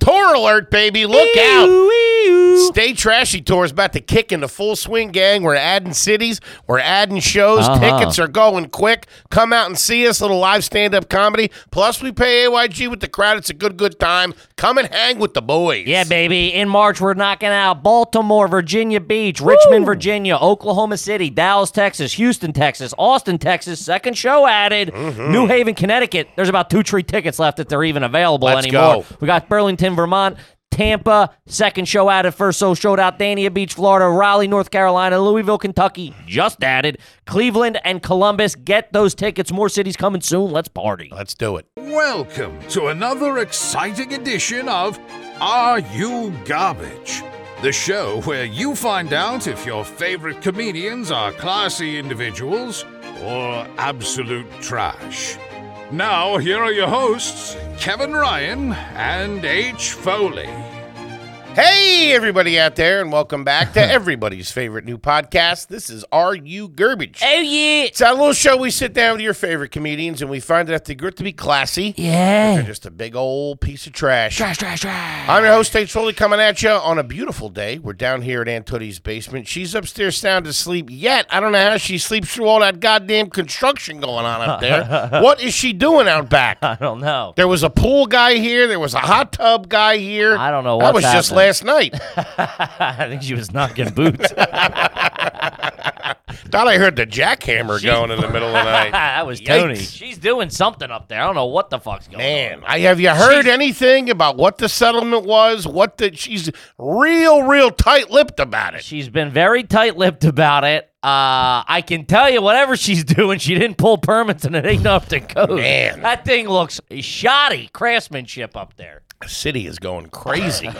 tour alert, baby. Look out. Stay Trashy Tour is about to kick into full swing, gang. We're adding cities, we're adding shows. Uh-huh. Tickets are going quick. Come out and see us. Little live stand up comedy. Plus, we pay AYG with the crowd. It's a good, good time. Come and hang with the boys. Yeah, baby. In March, we're knocking out Baltimore, Virginia Beach, Richmond, Virginia, Oklahoma City, Dallas, Texas, Houston, Texas, Austin, Texas. Second show added. New Haven, Connecticut. There's about two tree tickets left if they're even available Let's anymore. go. We got Burlington, Vermont. Tampa, second show added, first show showed out. Dania Beach, Florida, Raleigh, North Carolina, Louisville, Kentucky, just added. Cleveland and Columbus, get those tickets. More cities coming soon. Let's party. Let's do it. Welcome to another exciting edition of Are You Garbage? The show where you find out if your favorite comedians are classy individuals or absolute trash. Now, here are your hosts, Kevin Ryan and H. Foley. Hey, everybody out there, and welcome back to everybody's favorite new podcast. This is Are You Garbage? Oh, yeah. It's our little show. We sit down with your favorite comedians, and we find out if they grit to be classy. They're Yeah. just a big old piece of trash. Trash, trash, trash. I'm your host, Tate Foley, coming at you on a beautiful day. We're down here at Aunt Tootie's basement. She's upstairs sound asleep, yet I don't know how she sleeps through all that goddamn construction going on up there. what is she doing out back? I don't know. There was a pool guy here. There was a hot tub guy here. I don't know That what's was just happening. last night. I think she was knocking boots. Thought I heard the jackhammer going in the middle of the night. that was Tony. Yikes. She's doing something up there. I don't know what the fuck's going Man, I have you heard anything about what the settlement was? What the she's real, real tight-lipped about on. it. She's been very tight-lipped about it. Uh, I can tell you, whatever she's doing, she didn't pull permits and it ain't up to code. Man. that thing looks shoddy craftsmanship up there. The city is going crazy,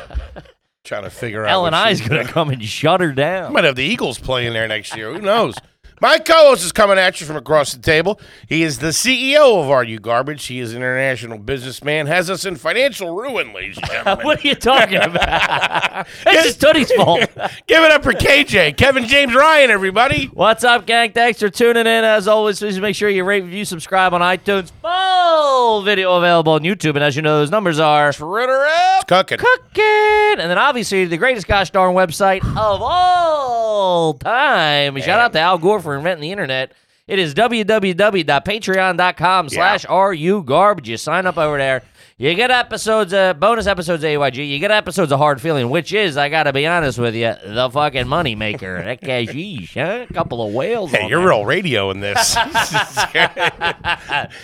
trying to figure out. L what and I's she's gonna come and shut her I down. might have the Eagles playing there next year. Who knows? My co-host is coming at you from across the table. He is the CEO of Are You Garbage. He is an international businessman. Has us in financial ruin, ladies and gentlemen. What are you talking about? That's just Tony's fault. Give it up for KJ, Kevin James Ryan, everybody. What's up, gang? Thanks for tuning in. As always, please make sure you rate, review, subscribe on iTunes. Full video available on YouTube. And as you know, those numbers are Cooking. cooking. And then obviously, the greatest gosh darn website of all time. Shout out to Al Gore for inventing the internet. It is www.patreon.com slash RU Garbage. You sign up over there. You get episodes, uh, bonus episodes of AYG. You get episodes of Hard Feeling, which is, I got to be honest with you, the fucking money maker. that cash, yeesh, huh? A couple of whales Hey, on you're there. real radio in this.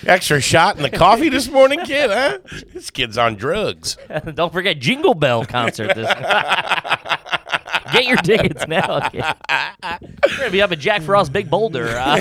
Extra shot in the coffee this morning, kid, huh? This kid's on drugs. Don't forget Jingle Bell concert this. Get your tickets now. We're gonna be up at Jack Frost Big Boulder. Uh,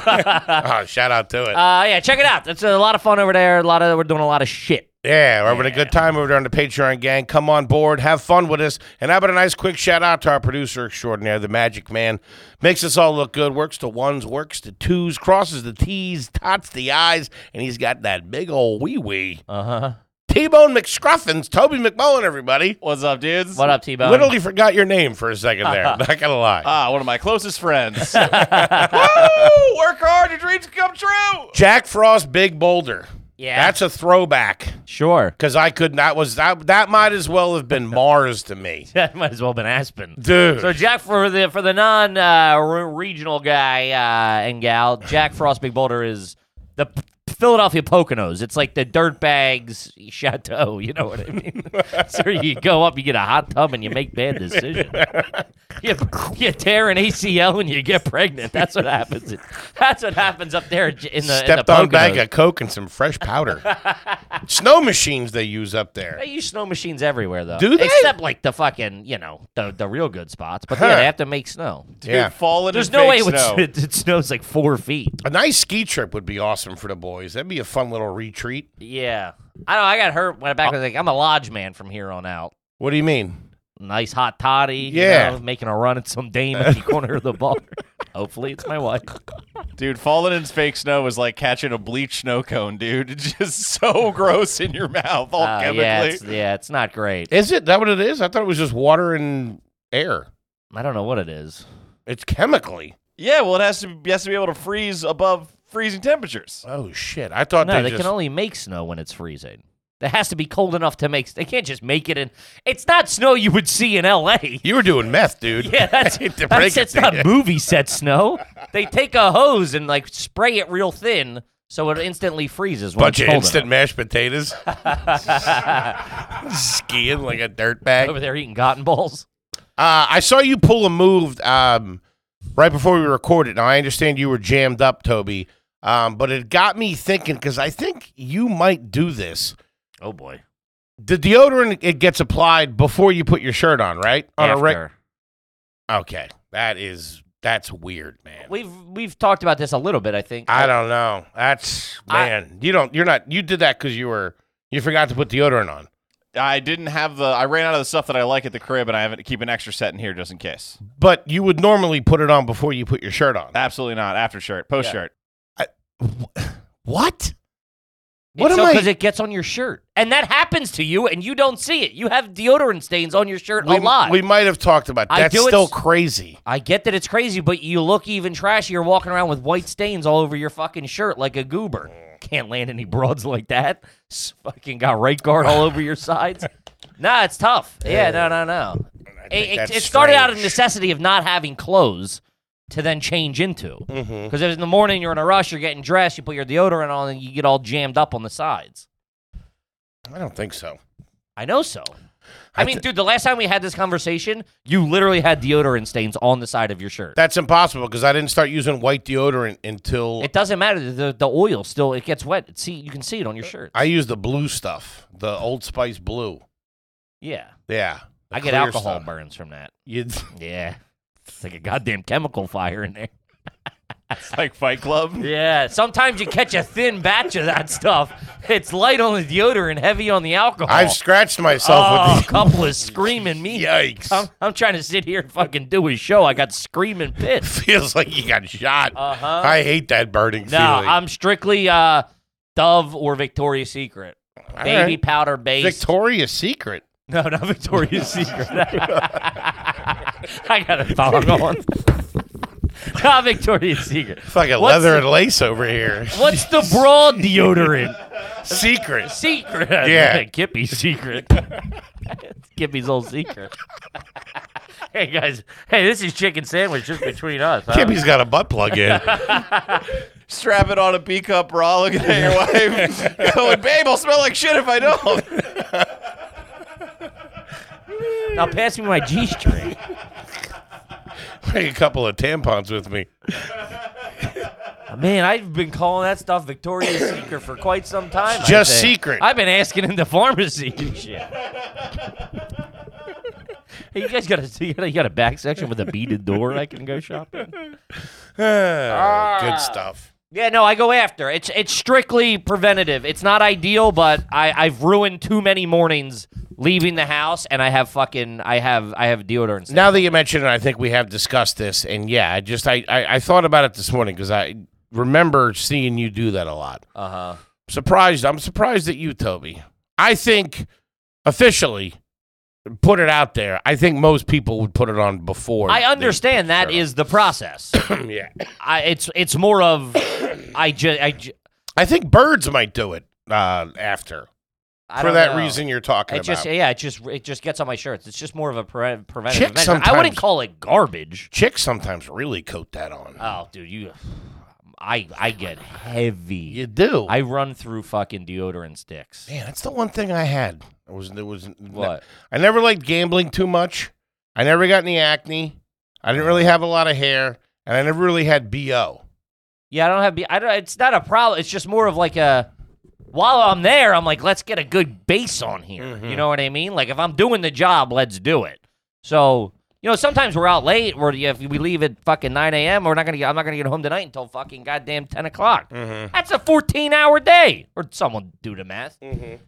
Oh, shout out to it. uh, yeah, check it out. It's a lot of fun over there. A lot of we're doing a lot of shit. Yeah, we're having a good time over there on the Patreon gang. Come on board, have fun with us, and how about a nice quick shout out to our producer extraordinaire, the Magic Man. Makes us all look good. Works the ones, works the twos, crosses the T's, tots the I's, and he's got that big old wee wee. Uh huh. T Bone McScruffins, Toby McMullen, everybody. What's up, dudes? What up, T-Bone? Literally forgot your name for a second there. Not gonna lie. Ah, one of my closest friends. Woo! Work hard, your dreams come true. Jack Frost, Big Boulder. Yeah. that's a throwback. Sure. Because I could not was that that might as well have been Mars to me, That might as well been Aspen. dude. So Jack for the for the non uh, re- regional guy uh, and gal, Jack Frost Big Boulder is the P- Philadelphia Poconos. It's like the dirtbags chateau. You know what I mean? so you go up, you get a hot tub, and you make bad decisions. you, you tear an ACL and you get pregnant. That's what happens. That's what happens up there in the in the stepped on bag Poconos. of coke and some fresh powder. Snow machines they use up there. They use snow machines everywhere, though. Do they? Except like the fucking, you know, the, the real good spots. But yeah, Huh. they have to make snow. Dude, Yeah. falling There's in no fake way it, would, snow. it, it snows like four feet. A nice ski trip would be awesome for the boys. That'd be a fun little retreat. Yeah, I know. I got hurt when I back. I was like, I'm a lodge man from here on out. What do you mean? Nice hot toddy. you Yeah. know, making a run at some dame at the corner of the bar. Hopefully, it's my wife. Dude, falling in fake snow is like catching a bleach snow cone, dude. It's just so gross in your mouth, all Uh, chemically. yeah, it's, yeah, it's not great. Is it that what it is? I thought it was just water and air. I don't know what it is. It's chemically. Yeah, well, it has to be, has to be able to freeze above freezing temperatures. Oh shit! I thought No, they, they just. can only make snow when it's freezing. That has to be cold enough to make. They can't just make it in. It's not snow you would see in L.A. You were doing meth, dude. Yeah, that's, To break that's it it's to not you. movie set snow. They take a hose and like spray it real thin, so it instantly freezes. When Bunch it's of cold instant enough. mashed potatoes. Skiing like a dirt bag. over there eating cotton balls. Uh, I saw you pull a move um, right before we recorded. Now, I understand you were jammed up, Toby, um, but it got me thinking because I think you might do this. Oh boy! The deodorant, it gets applied before you put your shirt on, right? On a reg- After. Okay. That is, that's weird, man. we've we've talked about this a little bit. I think. I don't know. That's, I- man, you don't, you're not, you did that because you were, you forgot to put deodorant on. I didn't have the. I ran out of the stuff that I like at the crib, and I haven't keep an extra set in here just in case. But you would normally put it on before you put your shirt on. Absolutely not. After shirt, post shirt. What? What What am I- Because it gets on your shirt, and that happens to you, and you don't see it. You have deodorant stains on your shirt We, a lot. we might have talked about I that's do it still s- crazy. I get that it's crazy, but you look even trashier walking around with white stains all over your fucking shirt like a goober. Can't land any broads like that. S- fucking got right guard all over your sides. Nah, it's tough. Yeah, no, no, no. I think It, it, that's it started out of strange. necessity of not having clothes to then change into. Mm. Because in the morning you're in a rush, you're getting dressed, you put your deodorant on, and you get all jammed up on the sides. I don't think so. I know so. I, I mean, th- dude, the last time we had this conversation, you literally had deodorant stains on the side of your shirt. That's impossible because I didn't start using white deodorant until It doesn't matter. The the oil still it gets wet. It's- see, you can see it on your shirt. Uh, I used the blue stuff, the Old Spice blue. yeah, Yeah, the I get clear alcohol stuff. burns from that. You- Yeah, it's like a goddamn chemical fire in there. It's like Fight Club. Yeah, sometimes you catch a thin batch of that stuff. It's light on the deodorant, heavy on the alcohol. I've scratched myself oh, a with the couple of screaming me. Yikes. I'm, I'm trying to sit here and fucking do a show. I got screaming pits. Feels like you got shot. Uh-huh. I hate that burning No, feeling. I'm strictly uh, Dove or Victoria's Secret. All Baby right. powder base. Victoria's Secret. No, not Victoria's Secret. I got a thong on. not Victoria's Secret. It's like a What's leather the- and lace over here. What's the broad deodorant? Secret. Secret. Yeah. Kippy's secret. Kippy's old secret. hey, guys. Hey, this is chicken sandwich just between us. huh? Kippy's got a butt plug in. Strap it on a B cup bra, looking at your wife, going, "Babe, I'll smell like shit if I don't." Now pass me my G string. Bring a couple of tampons with me. Man, I've been calling that stuff Victoria's Secret for quite some time. I Just think. secret. I've been asking in the pharmacy and shit. hey, you guys got a you got a, you got a back section with a beaded door I can go shop in? Ah. Good stuff. Yeah, no, I go after. It's it's strictly preventative. It's not ideal, but I I've ruined too many mornings leaving the house, and I have fucking I have I have deodorant. Now that you mention it, I think we have discussed this, and yeah, I just I I, I thought about it this morning because I remember seeing you do that a lot. Uh huh. Surprised, I'm surprised at you, Toby. I think officially put it out there. I think most people would put it on before. I they- understand that is the process. yeah, I it's it's more of I just I, ju- I think birds might do it uh, after I for don't that know. reason you're talking It just about. yeah, it just it just gets on my shirts. It's just more of a pre- preventative. Chicks measure. I wouldn't sometimes- call it garbage. Chicks sometimes really coat that on. Oh, dude, you, I I get heavy. you do. I run through fucking deodorant sticks. Man, that's the one thing I had. It was there was What? I never liked gambling too much. I never got any acne. I didn't really have a lot of hair, and I never really had bo. Yeah, I don't have. be- I don't. It's not a problem. It's just more of like a. While I'm there, I'm like, let's get a good base on here. You know what I mean? Like if I'm doing the job, let's do it. So you know, sometimes we're out late. Or if we leave at fucking 9 a.m., we're not gonna. Get, I'm not gonna get home tonight until fucking goddamn 10 o'clock. That's a 14 hour day. Or someone do the math.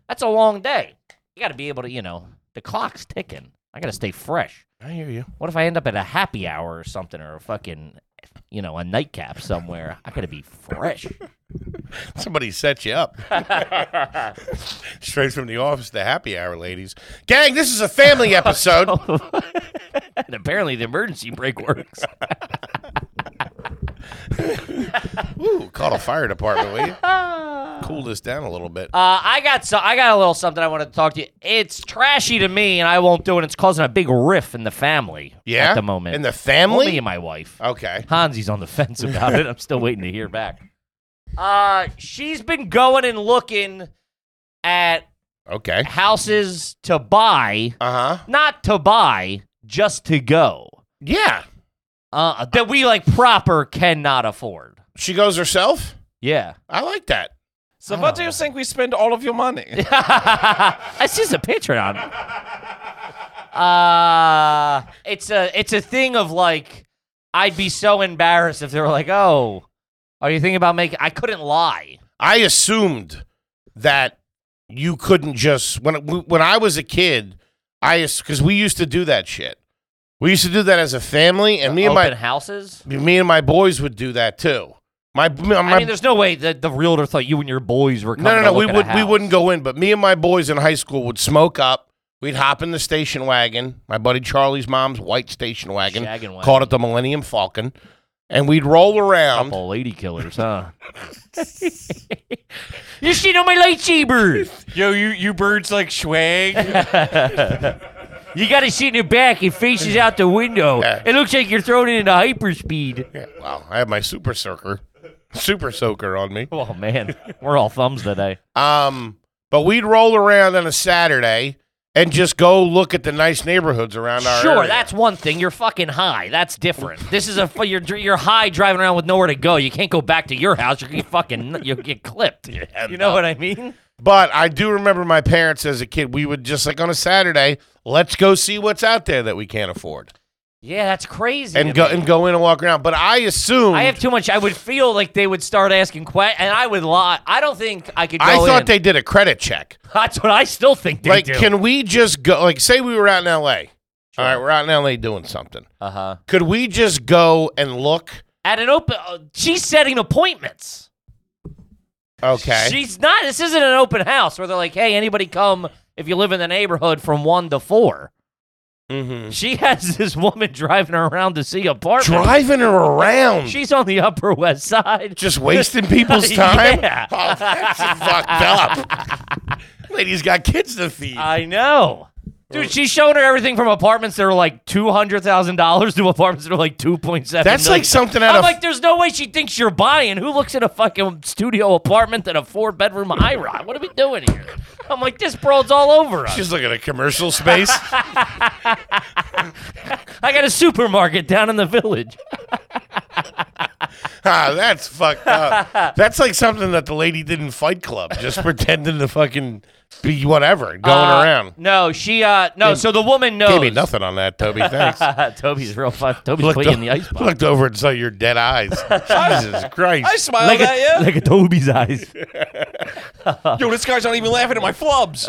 That's a long day. You got to be able to. You know, the clock's ticking. I got to stay fresh. I hear you. What if I end up at a happy hour or something, or a fucking, you know, a nightcap somewhere? I gotta be fresh. Somebody set you up. Straight from the office to happy hour, ladies. Gang, this is a family episode. and apparently, the emergency brake works. Ooh, call the fire department, will you? Cool this down a little bit. Uh, I got so I got a little something I wanted to talk to you. It's trashy to me, and I won't do it. It's causing a big riff in the family. yeah, at the moment. in the Well, family. me and my wife. okay, Hansi's on the fence about it. I'm still waiting to hear back. Uh, she's been going and looking at okay, houses to buy, uh huh. not to buy, just to go. Yeah, Uh, that we like proper cannot afford. she goes herself. Yeah. I like that. So what do you think we spend all of your money? That's just a Patreon. Uh it's a it's a thing of like I'd be so embarrassed if they were like, "Oh, are you thinking about making?" I couldn't lie. I assumed that you couldn't just when when I was a kid, I because we used to do that shit. We used to do that as a family, and me and Open my houses. me and my boys would do that too. My, uh, my I mean, there's no way that the realtor thought you and your boys were. no, coming no, to no. look We at a would we house. wouldn't go in, but me and my boys in high school would smoke up. We'd hop in the station wagon, my buddy Charlie's mom's white station wagon, Shaggin' wagon. called it the Millennium Falcon, and we'd roll around. Couple lady killers, huh? you shit on my lightsaber. Yo, you you birds like swag. You got to sit in the back. It faces out the window. Yeah. It looks like you're thrown it into hyperspeed. Yeah, wow, I have my super soaker, super soaker on me. Oh man, we're all thumbs today. Um, but we'd roll around on a Saturday and just go look at the nice neighborhoods around our Sure, area. that's one thing. You're fucking high. That's different. This is a fu- you're dr- you're high driving around with nowhere to go. You can't go back to your house. You're gonna get fucking you'll get clipped. you know what I mean? But I do remember my parents as a kid. We would just like on a Saturday, let's go see what's out there that we can't afford, Yeah, that's crazy. to and go me. and go in and walk around. But I assume I have too much. I would feel like they would start asking questions, and I would lie. I don't think I could. Go I thought in. they did a credit check. That's what I still think they like, do. can we just go? Like, say we were out in L.A. All right, we're out in L.A. doing something. uh huh. Could we just go and look? At an open, uh, she's setting appointments. Okay. She's not. This isn't an open house where they're like, "Hey, anybody come if you live in the neighborhood from one to four. Mhm. She has this woman driving her around to see apartments. Driving her around. She's on the Upper West Side. just wasting people's time. Yeah. Oh, that's fucked up. Lady's got kids to feed. I know. Dude, she's showing her everything from apartments that are like two hundred thousand dollars to apartments that are like two point seven. that's like something out I'm of like, there's no way she thinks you're buying. Who looks at a fucking studio apartment than a four bedroom IROC? What are we doing here? I'm like, this broad's all over us. She's looking at commercial space. I got a supermarket down in the village. ah, that's fucked up. That's like something that the lady did in Fight Club, just pretending to fucking be whatever, going Uh, around. No, she. uh No, so the woman knows. Uh, Gave me nothing on that, Toby. Thanks. Toby's real fun. Toby's Looked, playing the ice box. looked over and saw your dead eyes. Jesus I Christ. smiled at you. like a Toby's eyes. Yo, this guy's not even laughing at my flubs.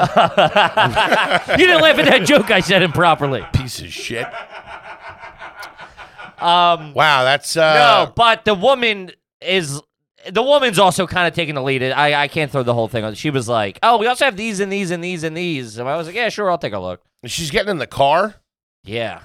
you didn't laugh at that joke I said improperly. Piece of shit. Um. Wow, that's uh, no, but the woman is. The woman's also kind of taking the lead. I, I can't throw the whole thing on. She was like, "Oh, we also have these and these and these and these." And I was like, "Yeah, sure, I'll take a look." She's getting in the car. Yeah.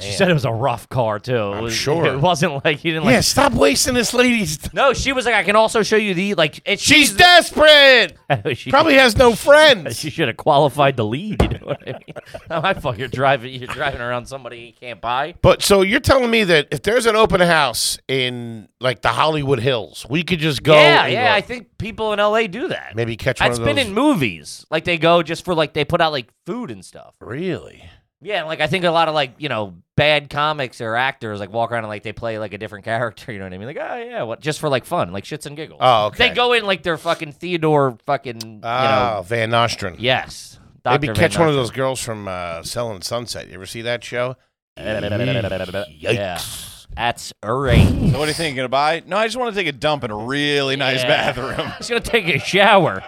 She said it was a rough car too. It was, sure. It wasn't like you didn't like. yeah, stop wasting this lady's. T- No, she was like, "I can also show you the like." It, She's desperate. she, Probably has no friends. She should have qualified the lead. You know what I mean? I fuck, you're driving, you're driving around somebody you can't buy. But so you're telling me that if there's an open house in like the Hollywood Hills, we could just go. yeah, and yeah. go. I think people in LA do that. maybe catch That's one of been those. in movies. Like they go just for like they put out like food and stuff. really? Yeah, and like I think a lot of like you know bad comics or actors like walk around and like they play like a different character. You know what I mean? Like oh yeah, what just for like fun, like shits and giggles. Oh, okay. They go in like they're fucking Theodore fucking. Oh, you know, Van Nostrand. yes. maybe Dr. Van catch one of Dyke. those girls from uh, Selling Sunset. You ever see that show? Yeah. That's all right. So what are you thinking? Gonna buy? No, I just want to take a dump in a really nice Yeah. bathroom. Just gonna take a shower.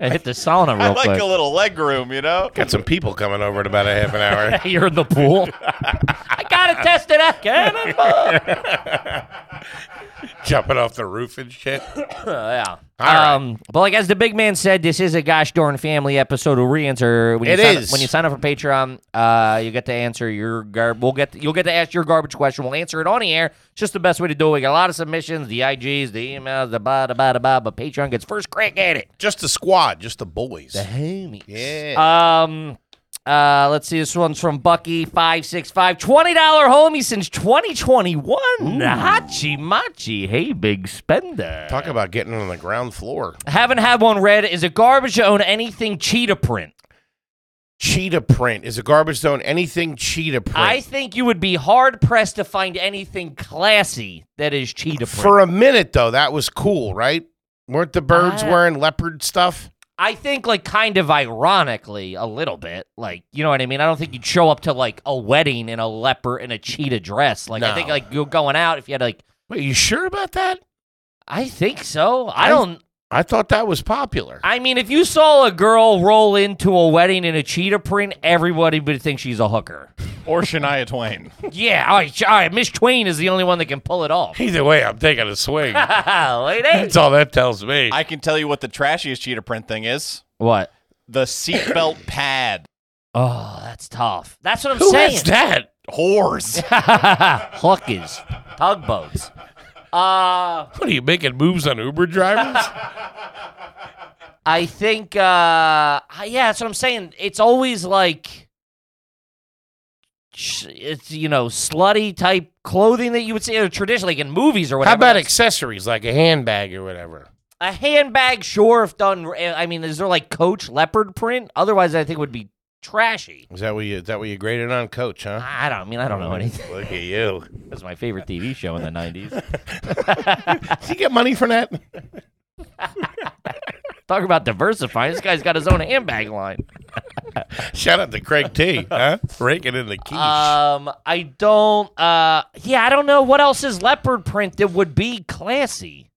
and hit the sauna I real like quick. a little leg room, you know. Got some people coming over in about a half an hour. You're in the pool. I gotta test it out. Cannonball. Jumping off the roof and shit. yeah. All right. um, but like as the big man said, this is a gosh darn family episode. We'll re-answer when you It sign is. Up, when you sign up for Patreon. Uh, you get to answer your gar. We'll get you'll get to ask your garbage question. We'll answer it on the air. It's just the best way to do it. We got a lot of submissions, the IGs, the emails, the ba da ba da ba. But Patreon gets first crack at it. Just the squad, just the boys. The homies. Yeah. Um. Uh, let's see. This one's from Bucky five six five. Twenty dollar homie since twenty twenty one. Hachi machi. Hey, big spender. Talk about getting on the ground floor. Haven't had one read. Is it garbage to own anything cheetah print? Cheetah print is a garbage zone. Anything cheetah print. I think you would be hard pressed to find anything classy that is cheetah print. For a minute though, that was cool, right? Weren't the birds I- wearing leopard stuff? I think, like, kind of ironically, a little bit. Like, you know what I mean? I don't think you'd show up to like a wedding in a leopard in a cheetah dress. Like, I think No. like you're going out if you had like. Wait, you sure about that? I think so. I I- don't. I thought that was popular. I mean, if you saw a girl roll into a wedding in a cheetah print, everybody would think she's a hooker. Or Shania Twain. yeah, all right, all right. Miss Twain is the only one that can pull it off. Either way, I'm taking a swing. Lady. That's all that tells me. I can tell you what the trashiest cheetah print thing is What? the seatbelt pad. Oh, that's tough. That's what I'm Who saying. has that? Whores. Hookers, tugboats. Uh, What are you making moves on Uber drivers? I think. Uh, I- yeah, that's what I'm saying. It's always like, sh- it's you know, slutty type clothing that you would see uh, traditionally in movies or How whatever. about That's- accessories like a handbag or whatever? a handbag? Sure, if done. r- eh, I mean, is there like Coach leopard print? Otherwise, I think it would be trashy. Is that what you? Is that what you graded on, Coach? Huh? I don't I mean. I don't know anything. Look at you. It was my favorite TV show in the '90s. Did you get money for that? Talk about diversifying. This guy's got his own handbag line. Shout out to Craig T. Huh? Breaking in the quiche. Um, I don't. Uh, yeah, I don't know what else is leopard print that would be classy.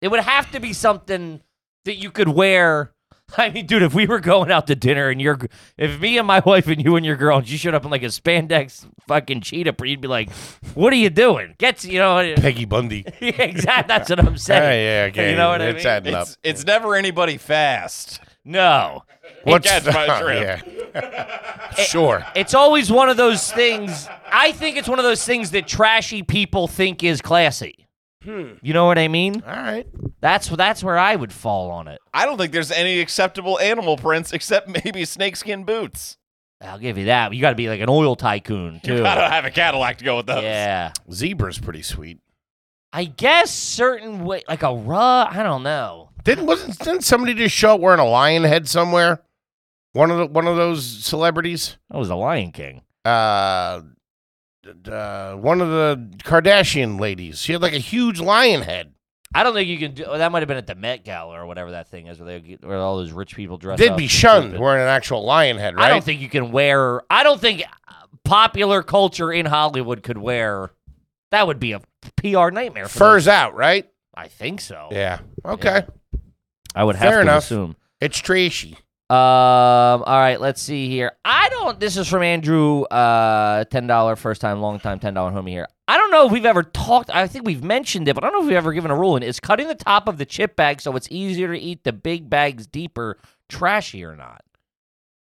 It would have to be something that you could wear. I mean, dude, if we were going out to dinner and you're, if me and my wife and you and your girl and you showed up in like a spandex fucking cheetah print, you'd be like, "What are you doing?" Gets you know, yeah, Peggy Bundy. exactly. That's what I'm Ah, saying. yeah, okay. You know what I it's mean? adding up. It's, it's never anybody fast. No, What's catch my oh, drift. yeah. sure. it's always one of those things. I think it's one of those things that trashy people think is classy. You know what I mean? All right. That's that's where I would fall on it. I don't think there's any acceptable animal prints except maybe snakeskin boots. I'll give you that. You got to be like an oil tycoon too. I don't have a Cadillac to go with those. Yeah, Zebra's pretty sweet. I guess certain way, like a rug. I don't know. Didn't wasn't didn't somebody just show up wearing a lion head somewhere? One of the one of those celebrities. That was the Lion King. Uh, d- uh, one of the Kardashian ladies. She had like a huge lion head. I don't think you can do. Oh, that might have been at the Met Gala or whatever that thing is, where they get, where all those rich people dress. They'd up be and shunned stupid. wearing an actual lion head, I right? don't think you can wear. I don't think uh, popular culture in Hollywood could wear. That would be a PR nightmare. For Furs those- Oh. out, right? I think so. Yeah. Okay. I would have Fair to enough. assume. It's trashy. Um. All right. Let's see here. I don't. This is from Andrew. Uh, ten dollar first time, long time, ten dollar homie here. I don't know if we've ever talked. I think we've mentioned it, but I don't know if we've ever given a ruling. Is cutting the top of the chip bag so it's easier to eat the big bags deeper trashy or not?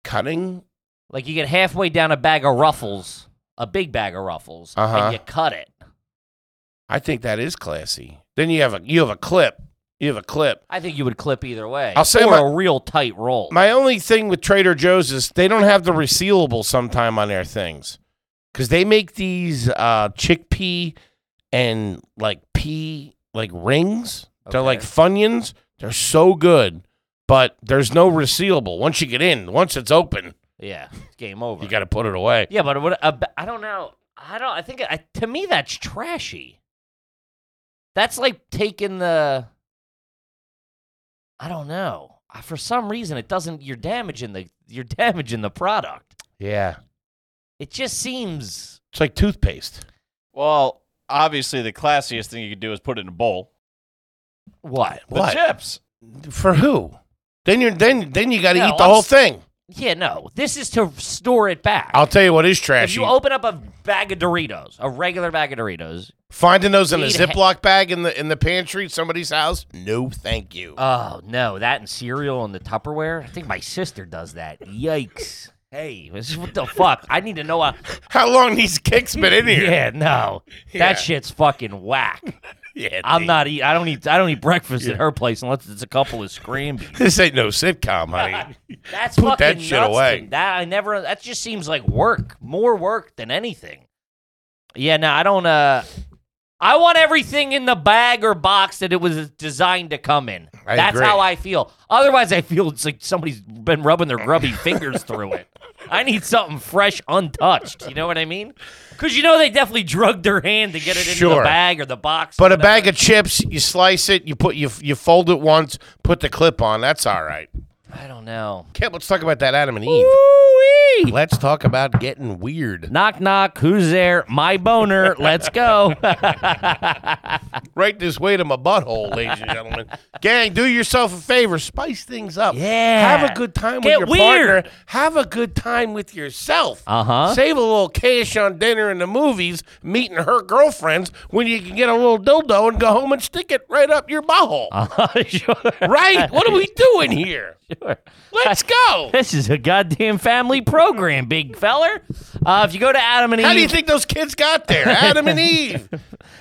Cutting. Like you get halfway down a bag of Ruffles, a big bag of Ruffles, Uh-huh. and you cut it. I think that is classy. Then you have a you have a clip. You have a clip. I think you would clip either way. I'll say or my- a real tight roll. My only thing with Trader Joe's is they don't have the resealable sometime on their things because they make these uh, chickpea and like pea like rings. They're Okay. like funyuns. They're so good, but there's no resealable. Once you get in, once it's open, yeah, it's game over. you got to put it away. Yeah, but what? Uh, I don't know. I don't. I think I, to me that's trashy. That's like taking the. I don't know. I, for some reason, it doesn't. You're damaging the. You're damaging the product. Yeah, It just seems. it's like toothpaste. Well, obviously the classiest thing you could do is put it in a bowl. What? The chips. For who? Then you're then then you got to No, eat the I'm whole s- thing. Yeah, no. This is to store it back. I'll tell you what is if trashy. you open up a bag of Doritos, a regular bag of Doritos, Finding those in a Need he- Ziploc bag in the in the pantry at somebody's house? No, thank you. oh no, that and cereal and the Tupperware. I think my sister does that. Yikes. Hey, this- what the fuck? I need to know. uh How long these kicks been in here? yeah, no, Yeah. that shit's fucking whack. Yeah, I'm dude. not eat. I don't eat. I don't eat breakfast at her place unless it's a couple of scrambled. This ain't no sitcom, honey. That's Put fucking that shit nuts, away. dude. That I never. That just seems like work, more work than anything. Yeah, no, I don't. Uh, I want everything in the bag or box that it was designed to come in. I That's agree. how I feel. Otherwise, I feel it's like somebody's been rubbing their grubby fingers through it. I need something fresh, untouched. You know what I mean? Because you know they definitely drugged their hand to get it into Sure. the bag or the box. or But a whatever. bag of chips, you slice it, you put you you fold it once, put the clip on. That's all right. I don't know. Kev, let's talk about that Adam and Eve. Ooh-wee. Let's talk about getting weird. Knock, knock. Who's there? My boner. Let's go. Right this way to my butthole, ladies and gentlemen. Gang, do yourself a favor. Spice things up. Yeah. Have a good time Get with your weird. partner. Have a good time with yourself. Uh-huh. Save a little cash on dinner and the movies, meeting her girlfriends, when you can get a little dildo and go home and stick it right up your butthole. Uh-huh. sure. Right? What are we doing here? Let's go. This is a goddamn family program, big feller. Uh, if you go to Adam and How do you Eve, think those kids got there? Adam and Eve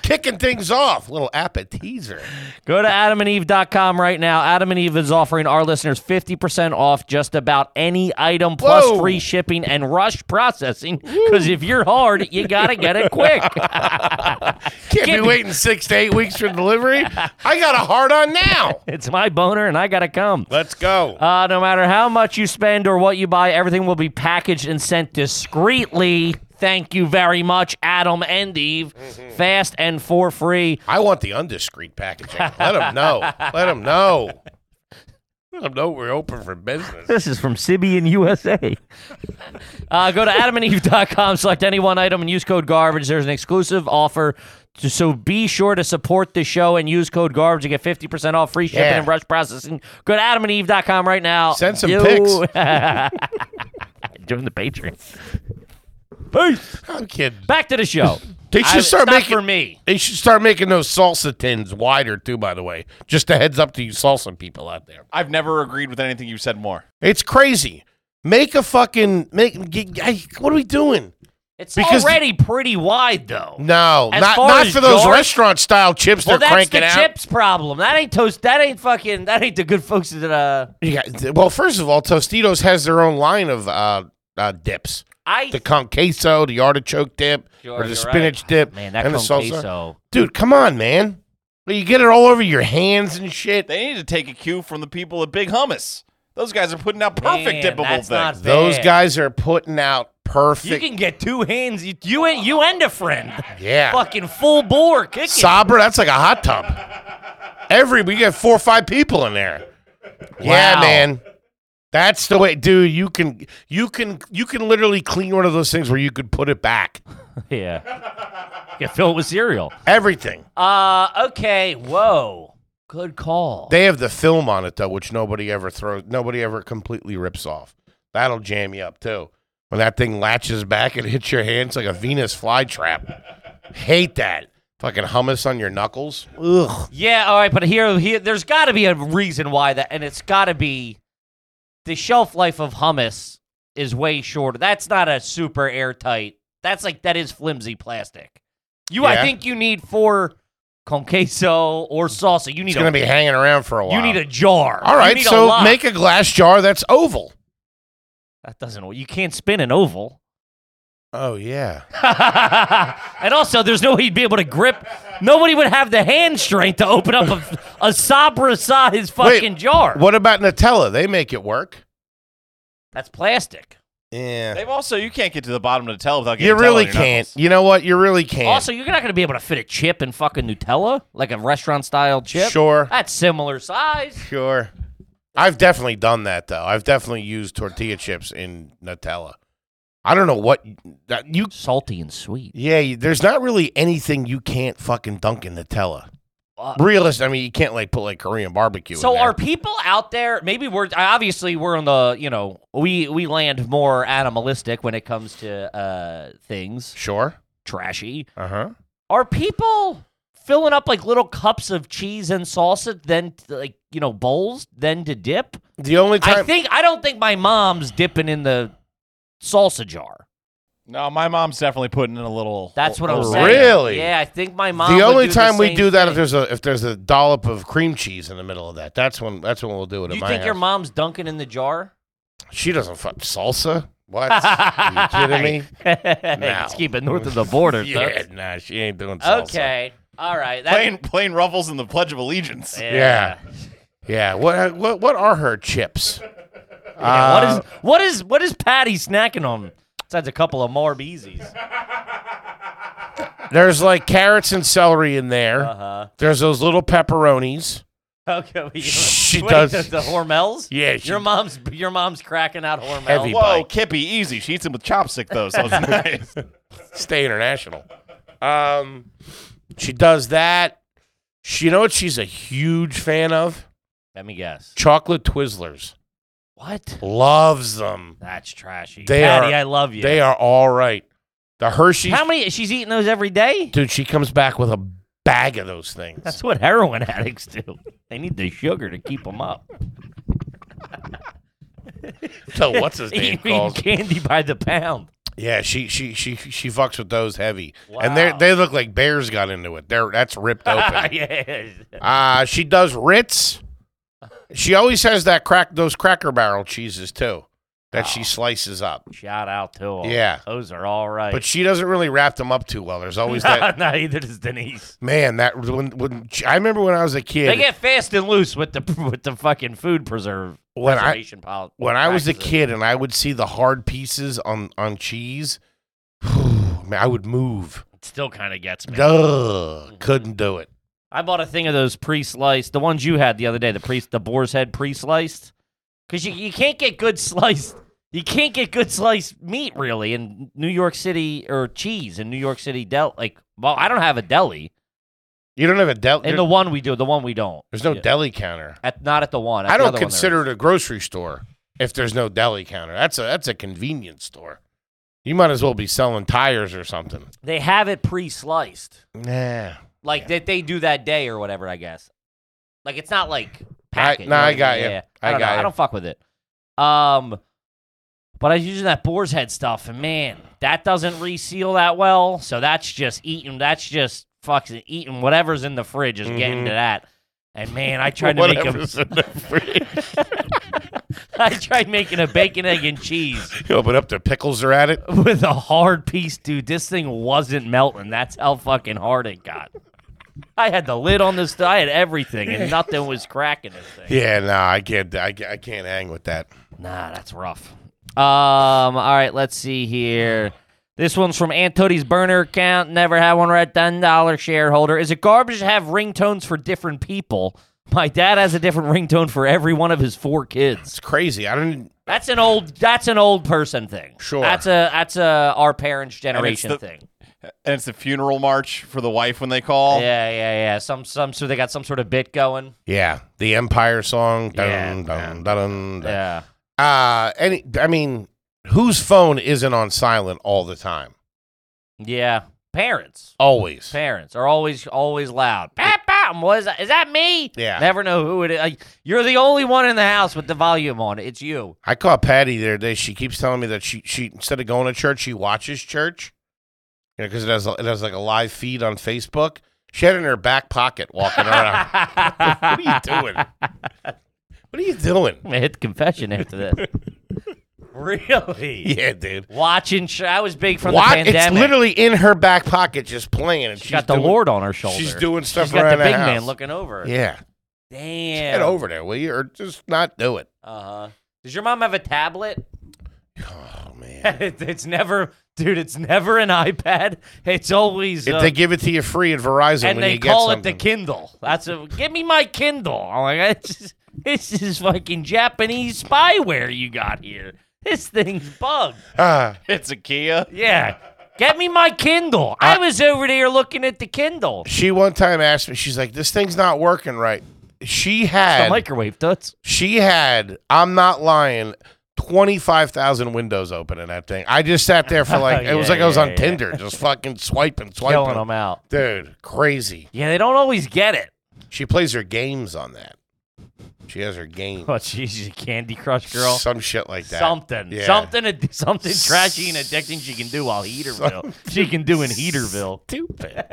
kicking things off. Little appetizer. go to adamandeve.com right now. Adam and Eve is offering our listeners 50% off just about any item plus Whoa. free shipping and rush processing. Because if you're hard, you got to get it quick. Can't be Kid- waiting six to eight weeks for delivery. I got a hard on now. it's my boner and I got to come. Let's go. Uh, no matter how much you spend or what you buy, everything will be packaged and sent discreetly. Thank you very much, Adam and Eve. Mm-hmm. Fast and for free. I want the undiscreet packaging. Let them know. Let them know. Let them know we're open for business. This is from Sibian USA. uh, go to adamandeve.com, select any one item, and use code GARBAGE. There's an exclusive offer. to- so be sure to support the show and use code GARBAGE to get 50% off free shipping Yeah. and rush processing. Go to adamandeve.com right now. Send some You- Join the Patreon. Peace. I'm kidding. Back to the show. They should I- start it's not making- for me. They should start making those salsa tins wider too. By the way, just a heads up to you salsa people out there. I've never agreed with anything you've said more. It's crazy. Make a fucking make. g- g- What are we doing? It's Because- already pretty wide though. No, As not far not as for those yours- restaurant style chips. well, they're that's cranking the out. chips problem. That ain't toast. That ain't fucking. That ain't the good folks that. Uh, You got- th- well, first of all, Tostitos has their own line of uh, uh, dips: I the con queso, the artichoke dip, Sure, or the you're spinach dip, man, that and the con salsa. queso. Dude, come on, man! You get it all over your hands and shit. They need to take a cue from the people at Big Hummus. Those guys are putting out Man, perfect dippable that's things. not Those bad. guys are putting out perfect. You can get two hands. You you and, you and a friend. yeah, Fucking full bore kicking. Sabra, that's like a hot tub. Every we get four or five people in there. Yeah, Wow. man. That's the way, dude. You can you can you can literally clean one of those things where you could put it back. yeah. You fill it with cereal. Everything. Uh. Okay. Whoa. Good call. They have the film on it though, which nobody ever throws nobody ever completely rips off. That'll jam you up too. When that thing latches back and hits your hands like a Venus flytrap. Hate that. Fucking hummus on your knuckles. Ugh. Yeah, all right, but here, here there's got to be a reason why that, and it's got to be the shelf life of hummus is way shorter. That's not a super airtight. That's like that is flimsy plastic. You, I Yeah. think you need for con queso or salsa. You need It's gonna a, be hanging around for a while. you need a jar. All You right, need a so lot. make a glass jar that's oval. that doesn't. You can't spin an oval. Oh yeah. and also, there's no way you'd be able to grip. Nobody would have the hand strength to open up a, a sabra size fucking jar. What about Nutella? They make it work. That's plastic. Yeah. They've also you can't get to the bottom of the Nutella without getting You Nutella in really your can't. knuckles. You know what? You really can't. Also, you're not going to be able to fit a chip in fucking Nutella, like a restaurant style chip. Sure. That's similar size. Sure. I've definitely done that though. I've definitely used tortilla chips in Nutella. I don't know what that you Salty and sweet. Yeah, you- there's not really anything you can't fucking dunk in Nutella. Realist. I mean, you can't like put like Korean barbecue. in So there. are people out there? Maybe we're obviously we're on the you know we we land more animalistic when it comes to uh things sure. trashy. Uh huh. Are people filling up like little cups of cheese and salsa then like you know bowls then to dip? The only time I think I don't think my mom's dipping in the salsa jar. No, my mom's definitely putting in a little. That's what I'm Oh, saying. really? Yeah, I think my mom. the would only do time we same do that if thing. there's a if there's a dollop of cream cheese in the middle of that. That's when that's when we'll do it. Do at you my think your house. mom's dunking in the jar? She doesn't fuck salsa. What? Are you kidding me? Let's keep it north of the border. yeah, folks. nah, she ain't doing salsa. Okay. All right. That, Plain, plain ruffles in the Pledge of Allegiance. Yeah. Yeah. What what what are her chips? Yeah, Uh, what is what is what is Patty snacking on? Besides a couple of Marbeesies. There's like carrots and celery in there. Uh-huh. There's those little pepperonis. Okay. well, you- She wait, does- The, the Hormels? Yeah, she- your mom's your mom's cracking out Hormel. Heavy. Whoa, Bite. Kippy, easy. She eats them with chopstick though, so it's nice. Stay international. Um, she does that. She, you know what she's a huge fan of? Let me guess. Chocolate Twizzlers. What? Loves them. That's trashy. They Patty, are- I love you. They are all right. The Hershey's. How many? She's eating those every day. dude, she comes back with a bag of those things. That's what heroin addicts do. They need the sugar to keep them up. so what's his name Eating called? candy by the pound. Yeah, she she she she fucks with those heavy, and Wow. they they look like bears got into it. They're that's ripped open. yes. uh, she does Ritz. She always has that crack those Cracker Barrel cheeses too, that she slices up. Shout out to them. Yeah. Those are all right. But she doesn't really wrap them up too well. There's always that not either does Denise. man that when when I remember when I was a kid They get fast and loose with the with the fucking food preserve When I- preservation pol- when I was a practices. kid and I would see the hard pieces on on cheese. Man, I would move. It still kind of gets me. Duh, couldn't do it. I bought a thing of those pre-sliced, the ones you had the other day, the pre the boar's head pre-sliced, because you you can't get good sliced. You can't get good sliced meat really in New York City or cheese in New York City del like well I don't have a deli You don't have a deli. in the one we do the one we don't There's no Yeah. deli counter. at not at the one at I the don't other one there consider is. it a grocery store if there's no deli counter. That's a that's a convenience store. You might as well be selling tires or something. they have it pre-sliced Nah. like that they do that day or whatever. I guess. Like it's not like packet. nah, you know I what mean? got you. Yeah, yeah. I don't know. got you. I don't fuck with it. Um, but I was using that boar's head stuff, and man, that doesn't reseal that well. So that's just eating. That's just fucking eating whatever's in the fridge is getting to that. And man, I tried to make a, Mm-hmm. Whatever's in the fridge. I tried making a bacon, egg, and cheese you open up the pickles are at it. with a hard piece, dude. This thing wasn't melting. That's how fucking hard it got. I had the lid on this. I had everything, and nothing was cracking this thing. Yeah, no, I can't. I, ca- I can't hang with that. Nah, that's rough. Um, all right, let's see here. This one's from Aunt Tootie's burner account. Never had one. Right, ten dollar shareholder. Is it garbage to have ringtones for different people? My dad has a different ringtone for every one of his four kids. It's crazy. I don't. That's an old. That's an old person thing. Sure. That's a. That's a our parents' generation the- thing. and it's the funeral march for the wife when they call. Yeah, yeah, yeah. Some, some. So they got some sort of bit going. Yeah, the Empire song. Dun, Yeah, dun, man. dun, dun, dun. Yeah. Uh, any. I mean, whose phone isn't on silent all the time? Yeah. Parents. Always. parents are always always loud. Bam, bam. Was is that me? Yeah. Never know who it is. Like, you're the only one in the house with the volume on. It's you. I caught Patty the other day. She keeps telling me that she she instead of going to church, she watches church. You know, because it has it has like a live feed on Facebook. She had it in her back pocket walking around. what are you doing? What are you doing? I'm gonna hit the confession after this. really? Yeah, dude. Watching. Sh- I was big from What? the It's pandemic. literally in her back pocket, just playing. And she she's got the doing- Lord on her shoulder. She's doing stuff She's got around the big house. man looking over. her. Yeah, Damn. get over there, will you? Or just not do it. Uh huh. Does your mom have a tablet? Oh man. It- it's never, dude. It's never an iPad. It's always. If uh, they give it to you free at Verizon and when they you call get it something. the Kindle. That's a give me my Kindle. I'm like, it's just- this is fucking Japanese spyware you got here. This thing's bugged. Ah, It's a Kia. Yeah, Get me my Kindle. I Uh, was over there looking at the Kindle. She one time asked me, she's like, "This thing's not working right." She The had, microwave does. she had. I'm not lying. Twenty five thousand windows open in that thing. I just sat there for like it was Yeah, like I was yeah, on yeah. Tinder, just fucking swiping, Killing swiping. them out. Dude, crazy. Yeah, they don't always get it. She plays her games on that. She has her game, Oh, jeez, she's a Candy Crush girl. some shit like that. Something, Yeah. something, ad- something trashy and addicting she can do while Heaterville. She can do in Heaterville. Stupid.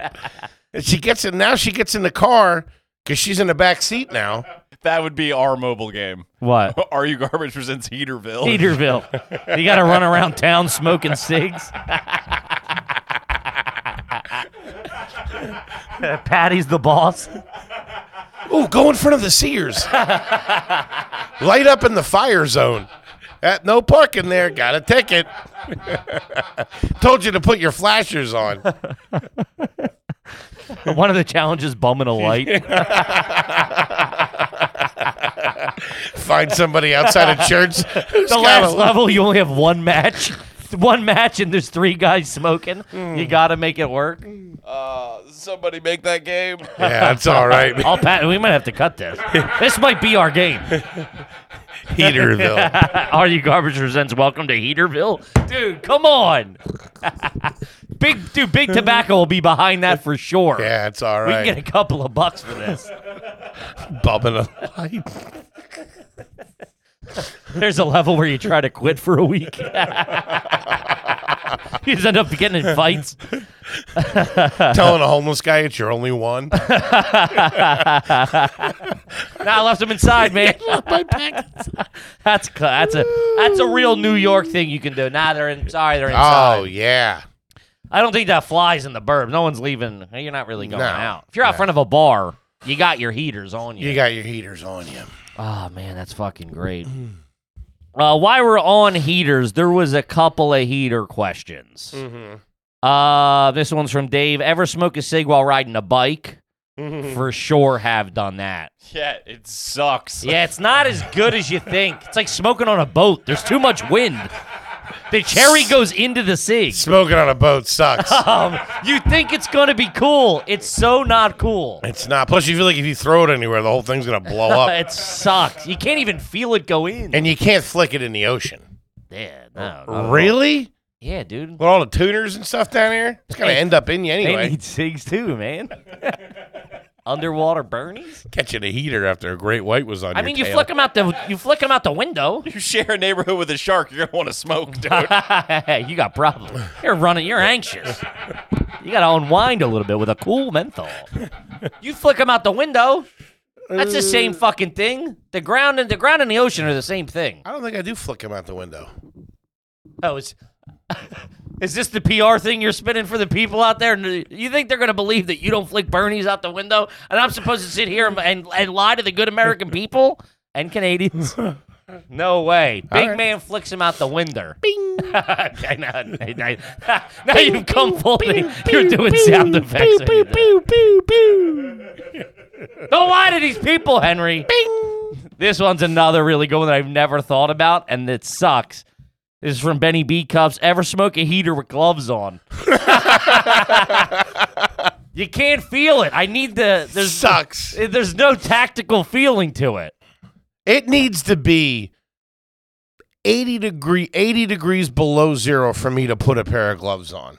And she gets in now. She gets in the car because she's in the back seat now. That would be our mobile game. What? Are you garbage presents Heaterville? Heaterville. You got to run around town smoking cigs. Patty's the boss. Ooh, go in front of the Sears. Light up in the fire zone. At no parking there. Got a ticket. Told you to put your flashers on. One of the challenges, bumming a light. Find somebody outside of church. who's the got last a- level, you only have one match. One match, and there's three guys smoking. You got to make it work. Uh, somebody make that game. Yeah, that's all right. I'll pat. We might have to cut this. this might be our game. Heaterville. Are you garbage presents? Welcome to Heaterville, dude. Come on, big dude. Big tobacco will be behind that for sure. Yeah, that's all We can right. get a couple of bucks for this. Bubbing a light. There's a level where you try to quit for a week. you just end up getting in fights. Telling a homeless guy it's your only one. Nah, I left them inside, man. that's cl- that's a that's a real New York thing you can do. Nah, they're in. Sorry, they're inside. Oh, yeah. I don't think that flies in the burbs. No one's leaving. You're not really going No, out. If you're out front of a bar, you got your heaters on you. You got your heaters on you. oh man, that's fucking great. Uh, while we're on heaters, there was a couple of heater questions. Uh, this one's from Dave. Ever smoke a cig while riding a bike? For sure, have done that. Yeah, it sucks. Yeah, it's not as good as you think. It's like smoking on a boat. There's too much wind. The cherry goes into the sea. Smoking on a boat sucks. Um, you think it's gonna be cool. It's so not cool. it's not. Plus, you feel like if you throw it anywhere, the whole thing's going to blow up. It sucks. You can't even feel it go in. and you can't flick it in the ocean. Yeah, no, not at all. Really? Yeah, dude. With all the tuners and stuff down here, it's gonna end up in you They anyway. need cigs too, man. Underwater Bernies? Catching a heater after a great white was on. I your mean, you tail. flick them out the you flick 'em out the window. You share a neighborhood with a shark, you're gonna want to smoke, dude. you got problems. You're running. You're anxious. You got to unwind a little bit with a cool menthol. You flick them out the window. That's the same fucking thing. The ground and the ground and the ocean are the same thing. I don't think I do flick him out the window. Oh, is is this the PR thing you're spinning for the people out there? You think they're gonna believe that you don't flick Bernies out the window, and I'm supposed to sit here and and, and lie to the good American people and Canadians? No way. Big right. man flicks him out the window. Bing. now now you've come full. thing. You're doing sound effects. when you do that. Don't lie to these people, Henry. This one's another really good one that I've never thought about, and it sucks. This is from Benny B. Cups. Ever smoke a heater with gloves on? you can't feel it. I need the there's Sucks. there's no tactical feeling to it. It needs to be eighty degree eighty degrees below zero for me to put a pair of gloves on.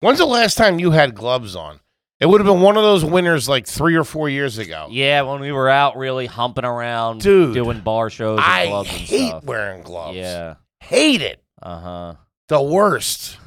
When's the last time you had gloves on? It would have been one of those winters like three or four years ago. Yeah, when we were out really humping around, Dude, doing bar shows, with I gloves and hate stuff. wearing gloves. Yeah, Hate it. uh huh. The worst.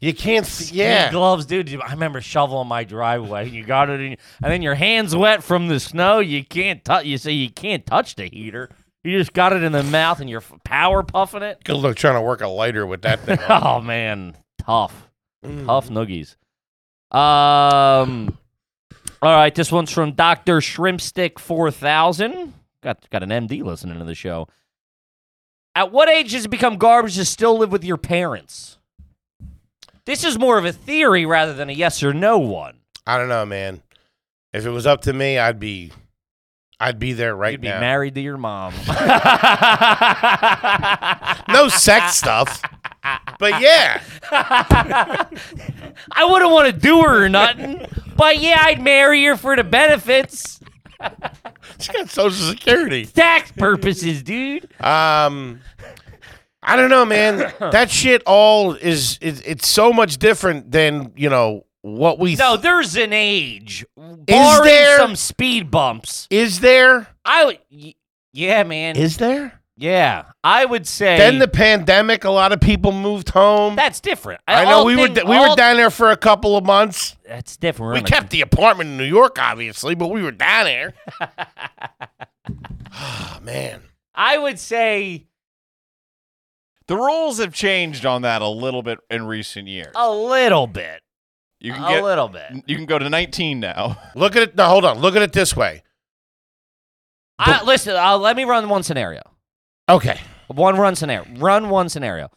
You can't. f- Yeah, Yeah. gloves, dude. I remember shoveling my driveway. You got it, in, and then your hands wet from the snow. You can't touch. You say you can't touch the heater. You just got it in the mouth, and you're f- power puffing it. Good luck trying to work a lighter with that thing. on. Oh man, tough, tough noogies. Um, all right, this one's from Doctor Shrimpstick Four Thousand. Got got an MD listening to the show. At what age does it become garbage to still live with your parents? This is more of a theory rather than a yes or no one. I don't know, man. If it was up to me, I'd be, I'd be there right You'd be now. married to your mom. no sex stuff. But yeah, I wouldn't want to do her or nothing, but yeah, I'd marry her for the benefits, She's got Social Security. tax purposes, dude. Um, I don't know, man. that shit all is, is it's so much different than you know what we. No, th- there's an age. Barring there- some speed bumps, is there? I would. y- Yeah, man. Is there? yeah, I would say. Then the pandemic, a lot of people moved home. that's different. I know all we were thing- we were all- down there for a couple of months. That's different. We're We in a- kept the apartment in New York, obviously, but we were down there. oh, man. I would say The rules have changed on that a little bit in recent years. a little bit. You A can get little bit. you can go to 19 now. Look at it. No, hold on. Look at it this way. I, listen, uh, let me run one scenario. Okay. One run scenario. Run one scenario.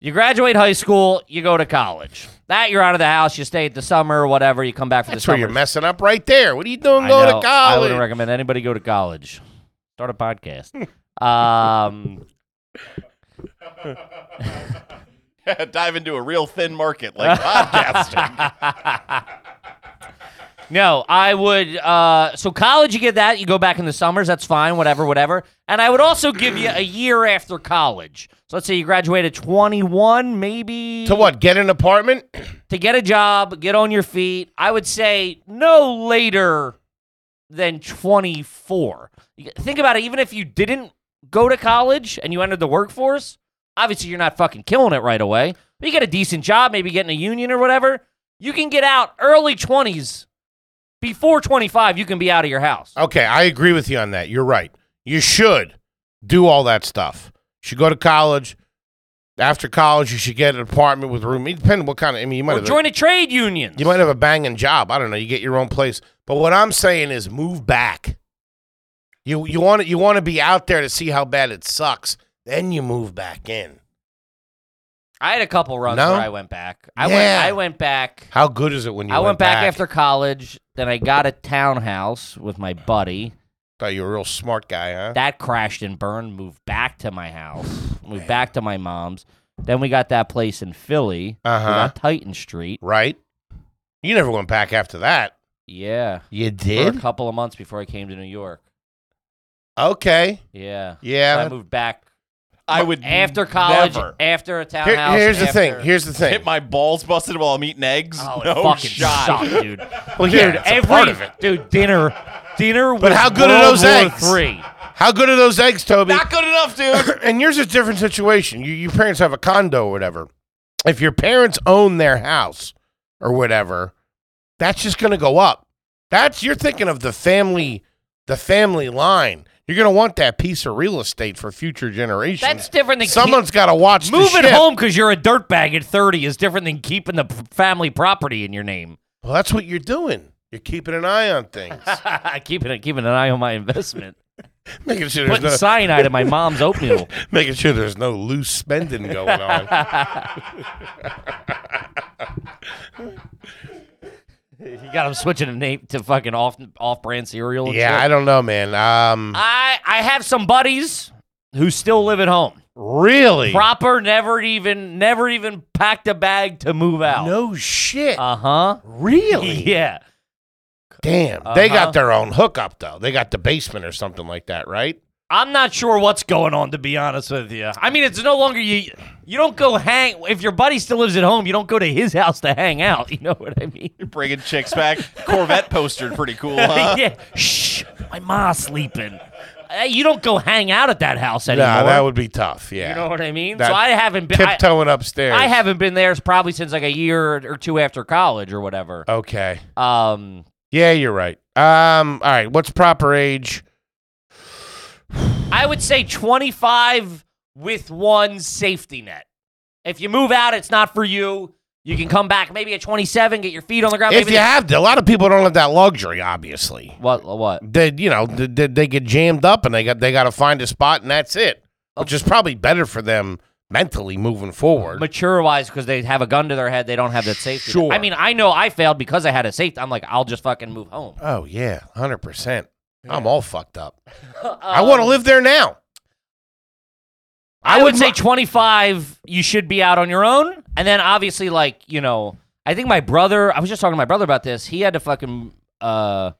You graduate high school, you go to college. That you're out of the house, you stay at the summer or whatever, you come back for That's the where summer. you're messing up right there. What are you doing I going know, to I wouldn't college? recommend anybody go to college. Start a podcast. Hmm. um, Dive into a real thin market like podcasting. no, I would. Uh, so college, you get that. You go back in the summers. That's fine. Whatever, whatever. And I would also give you a year after college. So let's say you graduate at 21, maybe To what? Get an apartment? to get a job, get on your feet. I would say no later than 24. You- Think about it. Even if you didn't go to college and you entered the workforce, obviously you're not fucking killing it right away. But you get a decent job, maybe getting a union or whatever. You can get out early 20s. Before 25, you can be out of your house. Okay, I agree with you on that. You're right. You should do all that stuff. You should go to college. After college, you should get an apartment with room. It depends what kind of. I mean, you might Or have a- join a trade union. you might have a banging job. I don't know. You get your own place. But what I'm saying is, move back. You you want to you want to be out there to see how bad it sucks. Then you move back in. I had a couple runs No? where I went back. I Yeah. went I went back. How good is it when you? I went back, back after college. Then I got a townhouse with my buddy. Thought you were a real smart guy, huh? That crashed and burned. Moved back to my house. Moved back to my mom's. Then we got that place in Philly. We Uh-huh. got Titan Street. right. You never went back after that. Yeah. You For a did. couple of months before I came to New York. Okay. Yeah. So I Yeah. moved back I would after college, never after a Here- townhouse. here's the thing. after- Here's the thing. Hit my balls busted while I'm eating eggs. Oh, it no fucking shot. sucked, dude. well, Dude, yeah, it's a every part of it. dude dinner, dinner. But was how good are World those War eggs? Three. How good are those eggs, Toby? Not good enough, dude. and yours is a different situation. You, your parents have a condo or whatever. If your parents own their house or whatever, that's just going to go up. That's you're thinking of the family, the family line. You're going to want that piece of real estate for future generations. That's different than Someone's got to watch the Moving ship. home because you're a dirtbag at 30 is different than keeping the p- family property in your name. Well, that's what you're doing. You're keeping an eye on things, keeping it, keeping an eye on my investment. making sure Putting there's no, cyanide in my mom's oatmeal. making sure there's no loose spending going on. You got him switching a name to fucking off off brand cereal. And yeah, shit. I don't know, man. Um, I I have some buddies who still live at home. really? Proper, never even never even packed a bag to move out. no shit. Uh huh. really? Yeah. Damn. They Uh-huh. got their own hookup though. They got the basement or something like that, right? I'm not sure what's going on to be honest with you. I mean, it's no longer you. You don't go hang if your buddy still lives at home. You don't go to his house to hang out. You know what I mean? You're bringing chicks back. Corvette postered pretty cool, huh? yeah. Shh. My ma's sleeping. Uh, you don't go hang out at that house anymore. Nah, that would be tough. Yeah. you know what I mean? That so I haven't been. I, Tiptoeing upstairs. I haven't been there probably since like a year or two after college or whatever. Okay. Um, Yeah, you're right. Um, all right. What's proper age? I would say 25 with one safety net. If you move out, it's not for you. You can come back maybe at 27, get your feet on the ground. if maybe you have to, a lot of people don't have that luxury, obviously. What? What? They, you know, they, they- they get jammed up and they got they got to find a spot and that's it, Oh. which is probably better for them mentally moving forward. Mature wise, because they have a gun to their head, they don't have that safety. net. Sure. I mean, I know I failed because I had a safety. I'm like, I'll just fucking move home. oh yeah, hundred percent. I'm all fucked up. I Um, want to live there now. I, would mu- say 25. You should be out on your own. And then obviously, like you know, I think my brother. I was just talking to my brother about this. He had to fucking. Uh,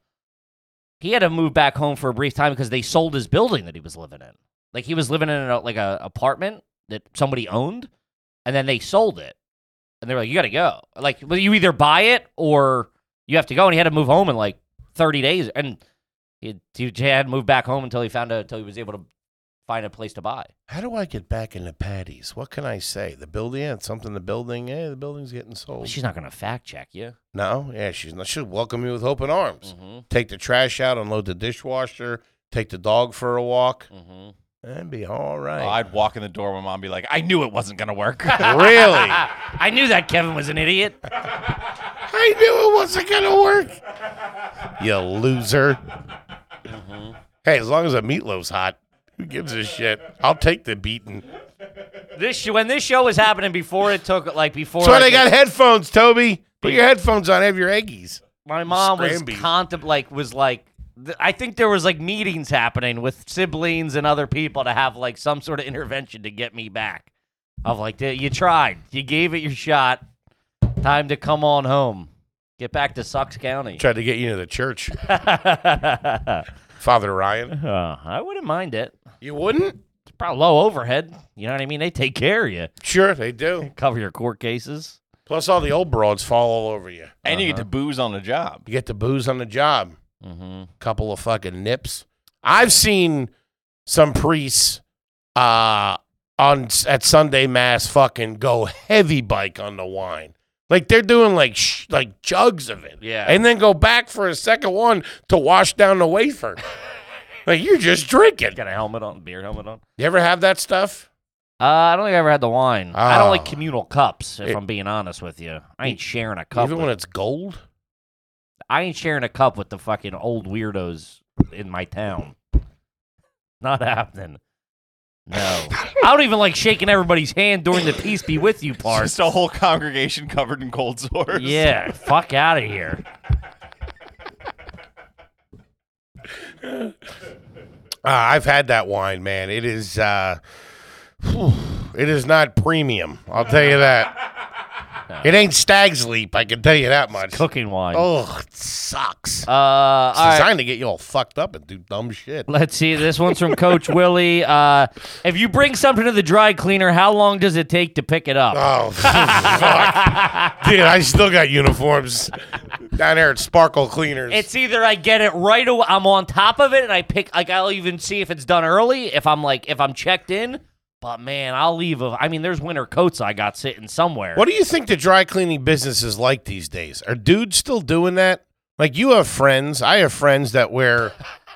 he had to move back home for a brief time because they sold his building that he was living in. Like he was living in a, like a apartment that somebody owned, and then they sold it, and they were like, "You got to go." Like, well, you either buy it or you have to go. And he had to move home in like thirty days, and he, he had moved back home until he found out until he was able to find a place to buy. How do I get back into Patty's? What can I say? The building, yeah, it's something. The building, yeah, the building's getting sold. She's not gonna fact check you. no, yeah, she's not. She'll welcome you with open arms. Mm-hmm. Mm. Take the trash out, unload the dishwasher, take the dog for a walk, Mm-hmm. and be all Oh, right. I'd walk in the door, my mom would be like, I knew it wasn't going to work. really? I knew that Kevin was an idiot. I knew it wasn't gonna work. You loser. Mm-hmm. Hey, as long as the meatloaf's hot, who gives a shit? I'll take the beating. This sh- when this show was happening before it took like before. That's why they like, got headphones, Toby. Put your headphones on. Have your eggies. my mom was Scrambies. contem- like was like th- I think there was like meetings happening with siblings and other people to have like some sort of intervention to get me back. Of like "Dude, you tried, you gave it your shot. Time to come on home. Get back to Sucks County. Tried to get you into the church, Uh, Father Ryan. I wouldn't mind it. You wouldn't? It's probably low overhead. You know what I mean? They take care of you. Sure, they do. Cover your court cases. Plus, all the old broads fall all over you. Uh-huh. and you get to booze on the job. You get the booze on the job. Mm-hmm. couple of fucking nips. I've seen some priests uh, on at Sunday mass fucking go heavy bike on the wine. Like they're doing like sh- like jugs of it, Yeah. and then go back for a second one to wash down the wafer. like you're just drinking. Got a helmet on, beer helmet on. You ever have that stuff? Uh, I don't think I ever had the wine. I Oh. don't like communal cups. If It- I'm being honest with you, I ain't sharing a cup. Even with- when it's gold. I ain't sharing a cup with the fucking old weirdos in my town. Not happening. No, I don't even like shaking everybody's hand during the peace be with you part. Just a whole congregation covered in cold sores. Yeah, fuck out of here. Uh, I've had that wine, man. It is uh, whew, it is not premium. I'll tell you that. It ain't Stag's Leap. I can tell you that much. Cooking wine. Oh, it sucks. Uh, all it's right. designed to get you all fucked up and do dumb shit. Let's see. This one's from Coach Willie. Uh, if you bring something to the dry cleaner, how long does it take to pick it up? Oh, fuck. Dude, I still got uniforms down there at Sparkle Cleaners. It's either I get it right away, I'm on top of it, and I pick. Like I'll even see if it's done early. If I'm like if I'm checked in. But man, I'll leave. Of I mean, there's winter coats I got sitting somewhere. what do you think the dry cleaning business is like these days? Are dudes still doing that? Like you have friends, I have friends that wear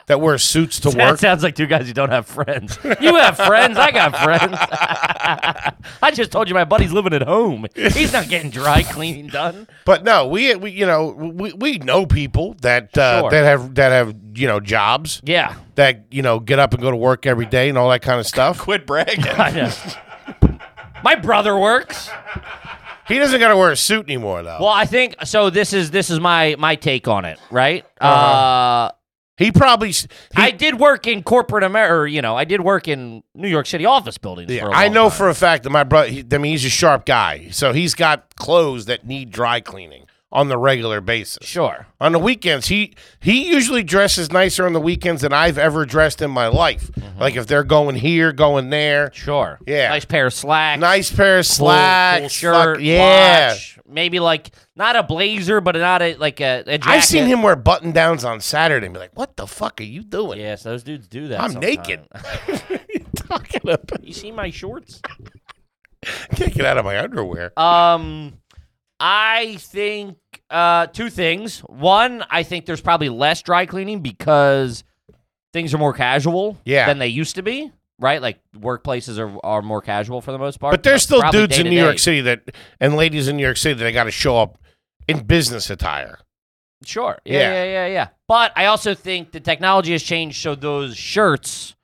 that wear suits to That work. sounds like two guys who don't have friends. You have friends. I got friends. I just told you my buddy's living at home. He's not getting dry cleaning done. But no, we, we you know we, we know people that uh, Sure. that have that have you know jobs Yeah. that you know get up and go to work every day and all that kind of stuff. Quit bragging. I know. My brother works. He doesn't got to wear a suit anymore though. Well, I think so. This is this is my my take on it, right? uh Uh-huh. he probably s- he- I did work in corporate America. Or, you know, I did work in New York City office buildings. Yeah, for a I long know time. for a fact that my brother. He, I mean, he's a sharp guy, so he's got clothes that need dry cleaning on the regular basis. sure. On the weekends, he he usually dresses nicer on the weekends than I've ever dressed in my life. Like if they're going here, going there, Mm-hmm. Sure. Yeah. Nice pair of slacks. nice pair of cool- cool slacks, shirt. fuck- yeah. watch, maybe like not a blazer, but not a like a, a jacket. I've seen him wear button downs on Saturday and be like, "What the fuck are you doing? Yes, those dudes do that. I'm sometime. naked." you talking about? you see my shorts? Can't get out of my underwear. Um, I think uh, two things. One, I think there's probably less dry cleaning because things are more casual Yeah. than they used to be, right? Like workplaces are, are more casual for the most part. But there's still Probably dudes in New day-to-day. York City that and ladies in New York City that they got to show up in business attire. Sure. Yeah, Yeah. yeah, yeah, yeah, But I also think the technology has changed, so those shirts,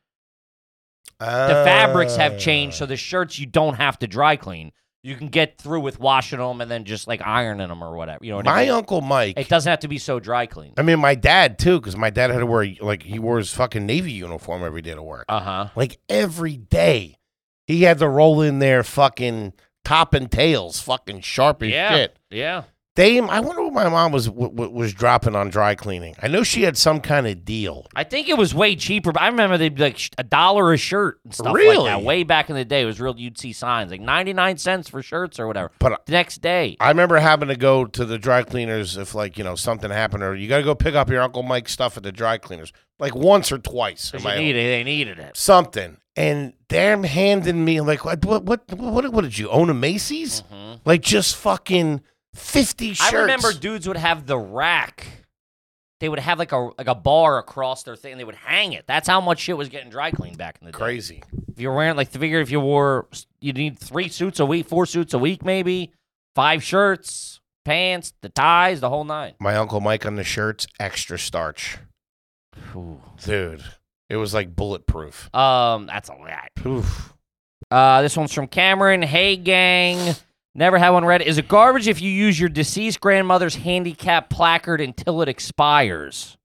the fabrics have changed, so the shirts you don't have to dry clean. You can get through with washing them and then just like ironing them or whatever. You know what I My mean? uncle Mike. It doesn't have to be so dry clean. I mean, my dad too, because my dad had to wear like he wore his fucking navy uniform every day to work. Uh huh. Like every day, he had to roll in there fucking top and tails, fucking sharp as yeah, shit. yeah. Dame, I wonder what my mom was w- w- was dropping on dry cleaning. I know she had some kind of deal. I think it was way cheaper. But I remember they'd be like sh- a dollar a shirt and stuff Really? like that. Way back in the day, it was real. You'd see signs like ninety nine cents for shirts or whatever. But I- the next day, I remember having to go to the dry cleaners if, like, you know, something happened, or you got to go pick up your Uncle Mike's stuff at the dry cleaners, like once or twice. in 'cause my you needed, they needed it. something, and they're handing me like what what what what, what did you own a Macy's? Like just fucking fifty shirts. Mm-hmm. I remember dudes would have the rack. They would have like a like a bar across their thing. and They would hang it. That's how much shit was getting dry cleaned back in the day. crazy. If you were wearing like figure, if you wore you need three suits a week, four suits a week, maybe five shirts, pants, the ties, the whole nine. My uncle Mike on the shirts, extra starch, dude. It was like bulletproof. Um, that's a lot. Oof. Uh, this one's from Cameron. Hey, gang. Never had one read. Is it garbage if you use your deceased grandmother's handicap placard until it expires?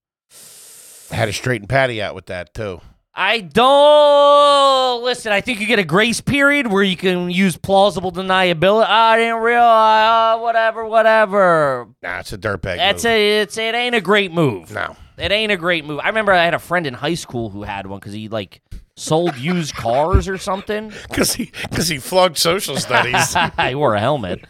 Had to straighten Patty out with that too. I don't listen. I think you get a grace period where you can use plausible deniability. I didn't realize. uh, whatever, whatever. Nah, it's a dirtbag. That's move. a. It's it ain't a great move. No, It ain't a great move. I remember I had a friend in high school who had one because he like sold used cars or something. because he because he flunked social studies. he wore a helmet.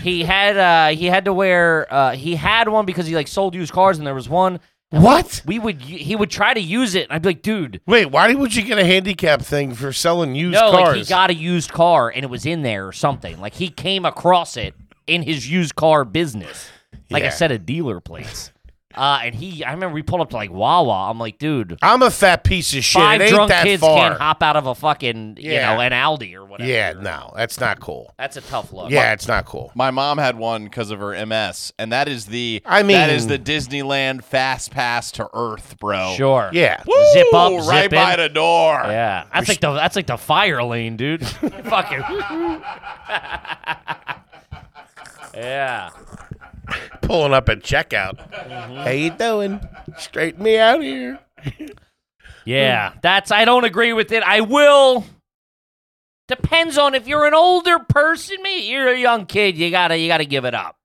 He had uh he had to wear uh he had one because he like sold used cars and there was one what? we would u- he would try to use it and I'd be like dude Wait, why would you get a handicap thing for selling used no cars? like he got a used car and it was in there or something like he came across it in his used car business like Yeah. I said a dealer place uh and he I remember we pulled up to like Wawa I'm like dude I'm a fat piece of shit. five it ain't drunk that kids far. can't hop out of a fucking Yeah. you know an Aldi or whatever yeah, no, that's not cool. that's a tough look Yeah, it's not cool. My mom had one because of her MS, and that is the I that is the mean- Disneyland fast pass to Earth, bro. sure Yeah. Zip up, Ooh, zip right in. by the door. Yeah, that's like the that's like the fire lane, dude. Fucking. yeah. Pulling up at checkout. Mm-hmm. How you doing? Straighten me out here. Yeah, that's I don't agree with it. I will. Depends on if you're an older person. Me, you're a young kid. You gotta you gotta give it up.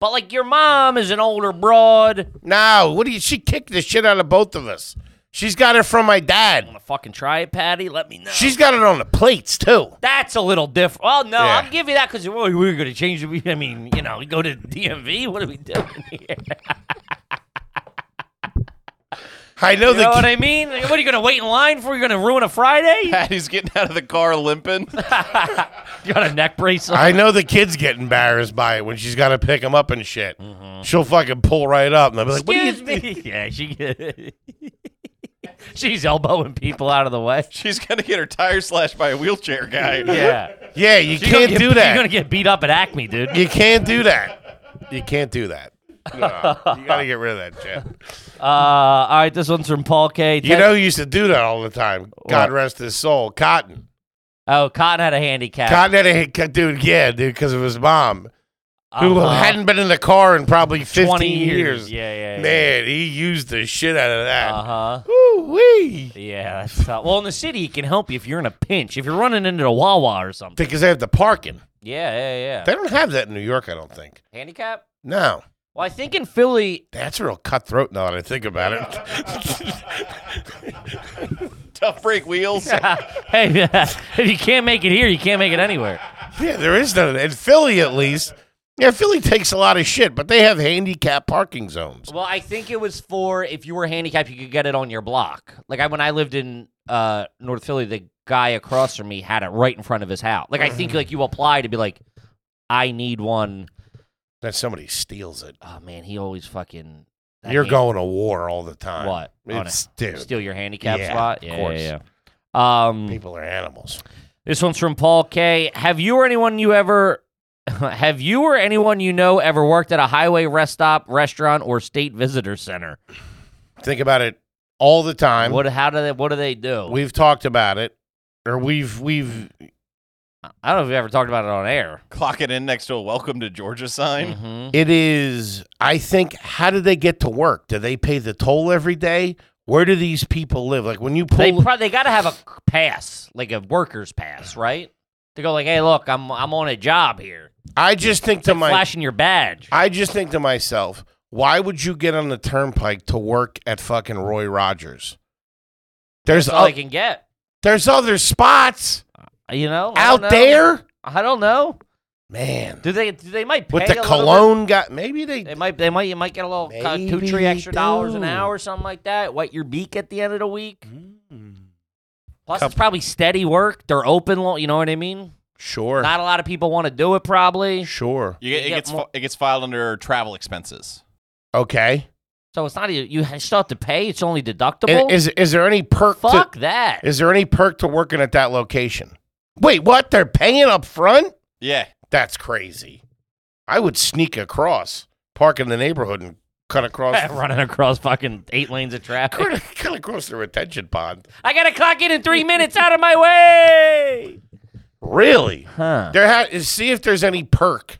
But like your mom is an older broad. No, what do you? She kicked the shit out of both of us. She's got it from my dad. Wanna fucking try it, Patty? Let me know. She's got it on the plates too. that's a little different. Well, no, Yeah. I'll give you that because well, we're going to change it. I mean, you know, we go to DMV. What are we doing here? I know You know what the. I mean? What are you going to wait in line for? You're going to ruin a Friday? Patty's getting out of the car limping. You got a neck brace on. I know the kids get embarrassed by it when she's got to pick them up and shit. She'll fucking pull right up and they'll be like, "What are you?" Excuse me. Yeah, she. She's elbowing people out of the way. She's gonna get her tire slashed by a wheelchair guy. Yeah, Yeah, you You're gonna can't get- do that. You're gonna get beat up at Acme, dude. You can't do that. You can't do that. No, you gotta get rid of that shit. Uh, all right, this one's from Paul K. You know, who used to do that all the time. God rest his soul. Cotton. oh, Cotton had a handicap. Cotton had a hit, cut- dude. Yeah, dude, because of his mom, who Uh-huh. hadn't been in the car in probably twenty fifteen years. Yeah, yeah, yeah. Man, he used the shit out of that. Uh huh. Woo wee! Yeah, that's tough. Well, in the city, it can help you if you're in a pinch. If you're running into a Wawa or something. Because they have the parking. Yeah, yeah, yeah. They don't have that in New York, I don't think. Handicap? No, Well, I think in Philly, that's real cutthroat. Now that I think about it, Tough brake wheels. hey, if you can't make it here, you can't make it anywhere. yeah, there is none of that in Philly, at least. Yeah, Philly takes a lot of shit, but they have handicap parking zones. Well, I think it was for if you were handicapped, you could get it on your block. Like I, when I lived in uh, North Philly, the guy across from me had it right in front of his house. Like I think like you apply to be like, I need one. That somebody steals it. Oh man, he always fucking. that You're hand- going to war all the time. What? On a- It's dude. steal your handicap Yeah, spot. of Yeah, course. yeah, yeah. Um, People are animals. This one's from Paul K. Have you or anyone you ever have you or anyone you know ever worked at a highway rest stop, restaurant, or state visitor center? Think about it all the time. what how do they what do they do? We've talked about it, or we've we've I don't know if we ever talked about it on air. Clock it in next to a welcome to Georgia sign. Mhm. it is. I think. How do they get to work? Do they pay the toll every day? Where do these people live? Like when you They pull, probably they got to have a pass, like a worker's pass, right? to go like, hey, look, I'm I'm on a job here. I just think to my Flashing your badge. I just think to myself, why would you get on the turnpike to work at fucking Roy Rogers? There's That's all o- I can get. there's other spots You know, I out don't know. there, I don't know. man. Do they? Do they might pay With the a little bit? cologne guy, maybe they. They might. They might. You might get a little uh, two, Maybe three extra they dollars an do. hour, something like that. Wet your beak at the end of the week. Mm-hmm. Plus, Couple- it's probably steady work. They're open. lo- You know what I mean? sure, Not a lot of people want to do it. Probably. sure. You get, You it get gets fi- more- it gets filed under travel expenses. Okay. So it's not. e- You ha- still have to pay. It's only And deductible. is is there any perk? To, Fuck that. is there any perk to working at that location? Wait, what? They're paying up front? Yeah, That's crazy. I would sneak across, park in the neighborhood, and cut across. Running across fucking eight lanes of traffic. cut, cut across the retention pond. I gotta clock in in three minutes. Out of my way. Really? Huh? There ha- see if there's any perk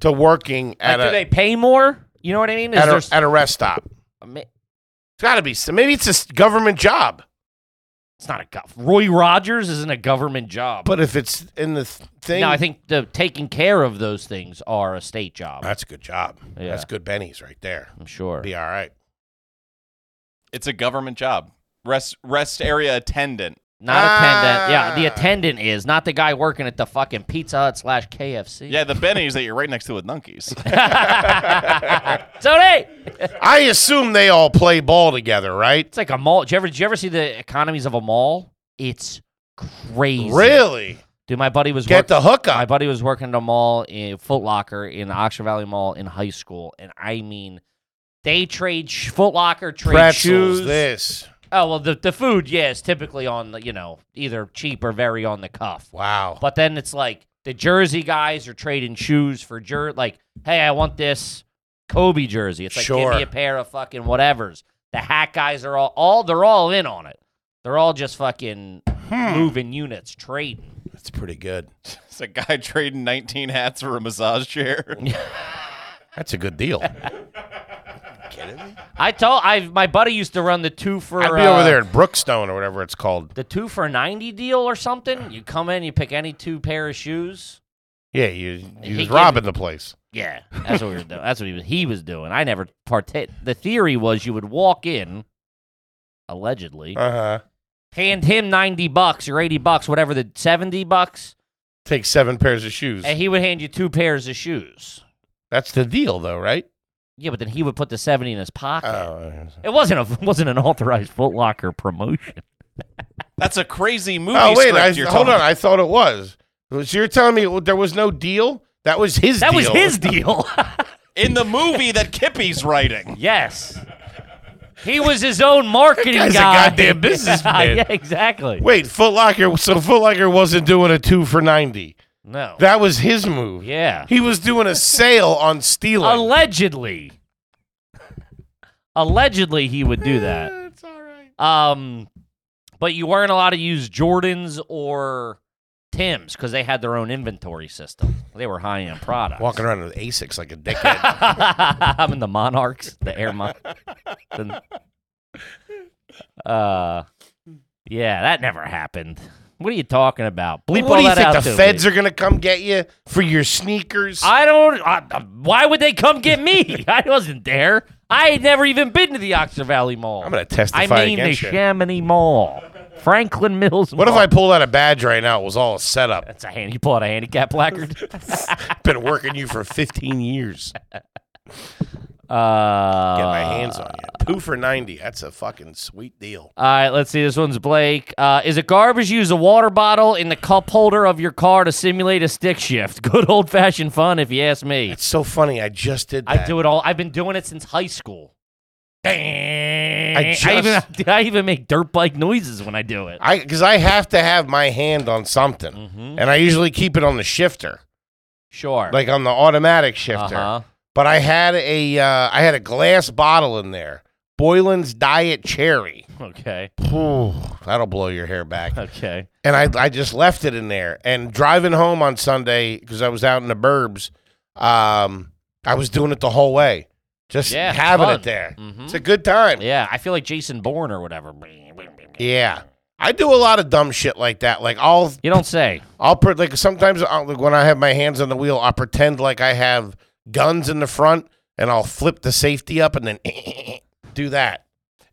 to working Like, at do a, they pay more? You know what I mean? Is at, there a s- at a rest stop. I mean, It's got to be. some- Maybe it's a s- government job. It's not a gov. Roy Rogers isn't a government job. But if it's in the th- thing, No, I think the taking care of those things are a state job. that's a good job. Yeah. That's good bennies right there. I'm sure. Be all right. it's a government job. Rest rest area attendant. Not attendant. Yeah, the Ah. attendant is not the guy working at the fucking Pizza Hut slash KFC. Yeah, the Bennies that you're right next to with Nunkies. So hey, I assume they all play ball together, right? it's like a mall. Did you ever? Did you ever see the economies of a mall? It's crazy. Really? Dude, my buddy was Get working. the hook my up. buddy was working at a mall in Foot Locker in Oxford Valley Mall in high school, and I mean, they trade sh- Foot Locker trade Pretzels, shoes. this. Oh well, the the food, yeah, is typically on the you know either cheap or very on the cuff. Wow. But then it's like the jersey guys are trading shoes for jer like, hey, I want this Kobe jersey. It's like Sure. give me a pair of fucking whatevers. The hat guys are all all they're all in on it. They're all just fucking Hmm. moving units, trading. That's pretty good. it's a guy trading 19 hats for a massage chair. That's a good deal. I told I my buddy used to run the two for I'd be uh, over there at Brookstone or whatever it's called. the two for ninety deal or something. You come in, you pick any two pair of shoes. Yeah, you you was gave- robbing the place. Yeah, that's what we were doing. That's what he was, he was doing. I never partake. The theory was you would walk in, allegedly, Uh huh. hand him ninety bucks or eighty bucks, whatever the seventy bucks, Take seven pairs of shoes. and he would hand you two pairs of shoes. That's the deal, though, right? Yeah, but then he would put the seventy in his pocket. Oh, It wasn't a wasn't an authorized Foot Locker promotion. That's a crazy movie oh wait, script I, you're hold talking on. I thought it was. So you're telling me there was no deal? That was his. That deal. was his deal. In the movie that Kippy's writing. yes, he was his own marketing That guy's a guy. goddamn businessman. yeah, exactly. Wait, Foot Locker. So Foot Locker wasn't doing a two for ninety. No. That was his move. yeah. He was doing a sale on stealing. allegedly allegedly he would do that That's Eh, all right. um but you weren't allowed to use jordans or tims because they had their own inventory system they were high-end products Walking around with Asics like a dickhead. i'm in the monarchs the air mon- the- uh yeah that never happened what are you talking about bleep what all do you that think out the to me. feds are gonna come get you for your sneakers? I don't. I, I- why would they come get me? I wasn't there. I had never even been to the Oxford Valley Mall. I'm gonna I testify mean the against you. Chamonix Mall, Franklin Mills. What if Mall. I pulled out a badge right now? It was all a setup. That's a hand. You pull out a handicap placard. Been working you for 15 years. uh, Get my hands on you. Two for 90. That's a fucking sweet deal. All right, let's see. This one's Blake. Uh, is it garbage? Use a water bottle in the cup holder of your car to simulate a stick shift. Good old fashioned fun, if you ask me. It's so funny. I just did that. I do it all. I've been doing it since high school. I, just- even I even make dirt bike noises when I do it. I because I have to have my hand on something, Mhm. and I usually keep it on the shifter, Sure. like on the automatic shifter. Uh-huh. But I had a uh, I had a glass bottle in there, Boylan's Diet Cherry. Okay. Whew, that'll blow your hair back. Okay. and I, I just left it in there. And driving home on Sunday because I was out in the burbs, um, I was doing it the whole way, just Yeah, it's having fun. it there. Mhm. It's a good time. Yeah, I feel like Jason Bourne or whatever. Yeah. I do a lot of dumb shit like that. Like I'll You don't say. I'll pre- like sometimes I'll, like when I have my hands on the wheel, I'll pretend like I have guns in the front, and I'll flip the safety up and then do that.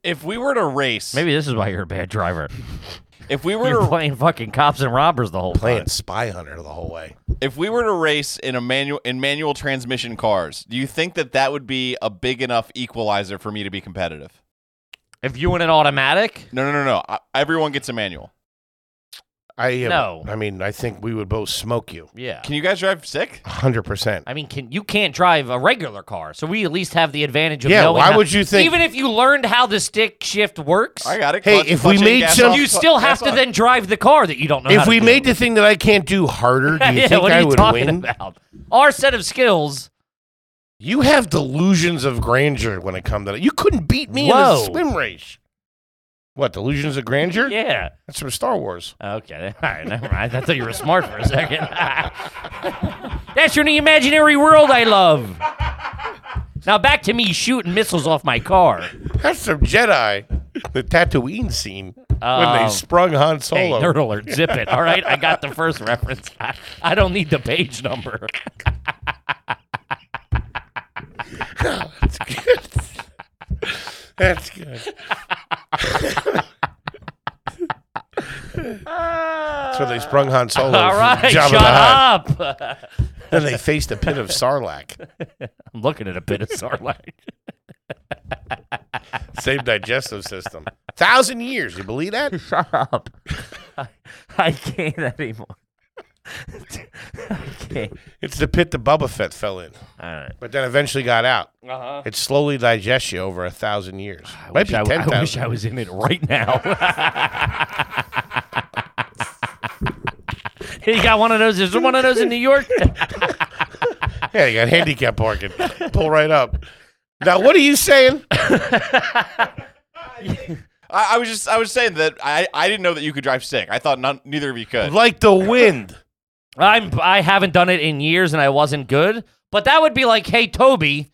If we were to race, Maybe this is why you're a bad driver. if we were You're to playing fucking cops and robbers the whole Playing time. spy hunter the whole way. if we were to race in a manual in manual transmission cars, do you think that that would be a big enough equalizer for me to be competitive? If you win an automatic, No, no, no, no. I, everyone gets a manual. I uh, No. I mean, I think we would both smoke you, yeah. Can you guys drive sick? hundred percent. I mean, can you can't drive a regular car, so we at least have the advantage of Yeah, knowing. why how- would you think- Even if you learned how the stick shift works, I got it. Hey, Clutch- if clutch we in, made gas some- off, you cl- still have gas to on. then drive the car that you don't know. how If to we do. made the thing that I can't do harder, do you yeah, think what are I you would talking win? about? Our set of skills. You have delusions of grandeur when it comes to that. You couldn't beat me in Whoa. a swim race. What delusions of grandeur? Yeah. That's from Star Wars. Okay. All right. Never mind. I thought you were smart for a second. That's your new imaginary world I love. Now back to me shooting missiles off my car. That's from Jedi, the Tatooine scene when Oh. they sprung Han Hey, Solo. nerd alert, zip it. All right, I got the first reference. I, I don't need the page number. That's good. That's where they sprung Han Solo. All from right, Jabba the shut Hutt. up. Then they faced a pit of sarlacc. I'm looking at a bit of Sarlacc. Same digestive system. Thousand years. You believe that? Shut up. I, I can't anymore. I can't. It's the pit that Boba Fett fell in, All right. but then eventually got out. Uh-huh. It slowly digests you over a thousand years. I Might wish, be I, w- ten I wish thousand. I was in it right now. you got one of those? Is there one of those in New York? Yeah, you got handicap parking. Pull right up. Now, what are you saying? I, I was just I was saying that I, I didn't know that you could drive sick. I thought none, neither of you could. Like the wind. I'm I haven't done it in years and I wasn't good. But that would be like, hey Toby,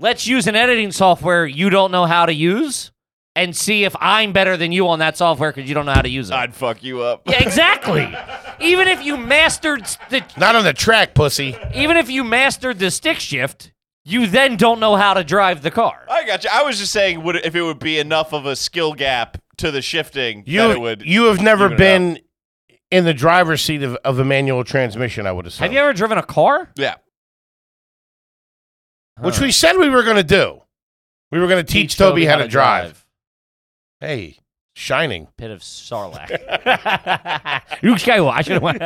let's use an editing software you don't know how to use and see if I'm better than you on that software because you don't know how to use it. I'd fuck you up. Yeah, exactly. even if you mastered the Not on the track, pussy. even if you mastered the stick shift, you then don't know how to drive the car. I got you. I was just saying, would if it would be enough of a skill gap to the shifting that it You would. you have never even it out. been in the driver's seat of, of a manual transmission. I would assume. Have you ever driven a car? yeah. Which we said we were going to do. We were going to teach, Toby, how, to drive. Hey, shining. Pit of Sarlacc. Luke Skywalker. I should have went.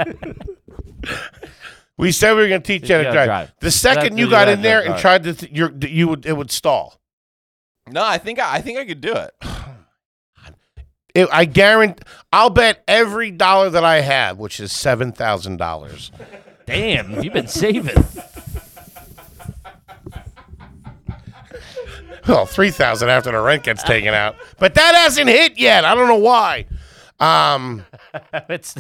We said we were going to teach you how to drive. The second That's- you got yeah, in there and drive. tried to, th- your, you would it would stall. No, I think I, I think I could do it. It, I guarantee. I'll bet every dollar that I have, which is seven thousand dollars. Damn, you've been saving. Well, three thousand after the rent gets taken out, but that hasn't hit yet. I don't know why. Um, it's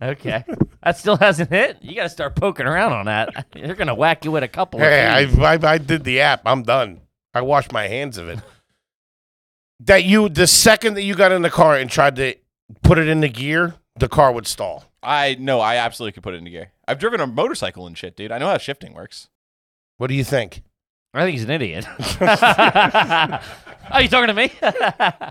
okay. That still hasn't hit. You got to start poking around on that. They're gonna whack you with a couple. hey, I, of these. I I did the app. I'm done. I washed my hands of it. That you the second that you got in the car and tried to put it into gear, the car would stall. I no, I absolutely could put it into gear. I've driven a motorcycle and shit, dude. I know how shifting works. What do you think? I think he's an idiot. Are you talking to me?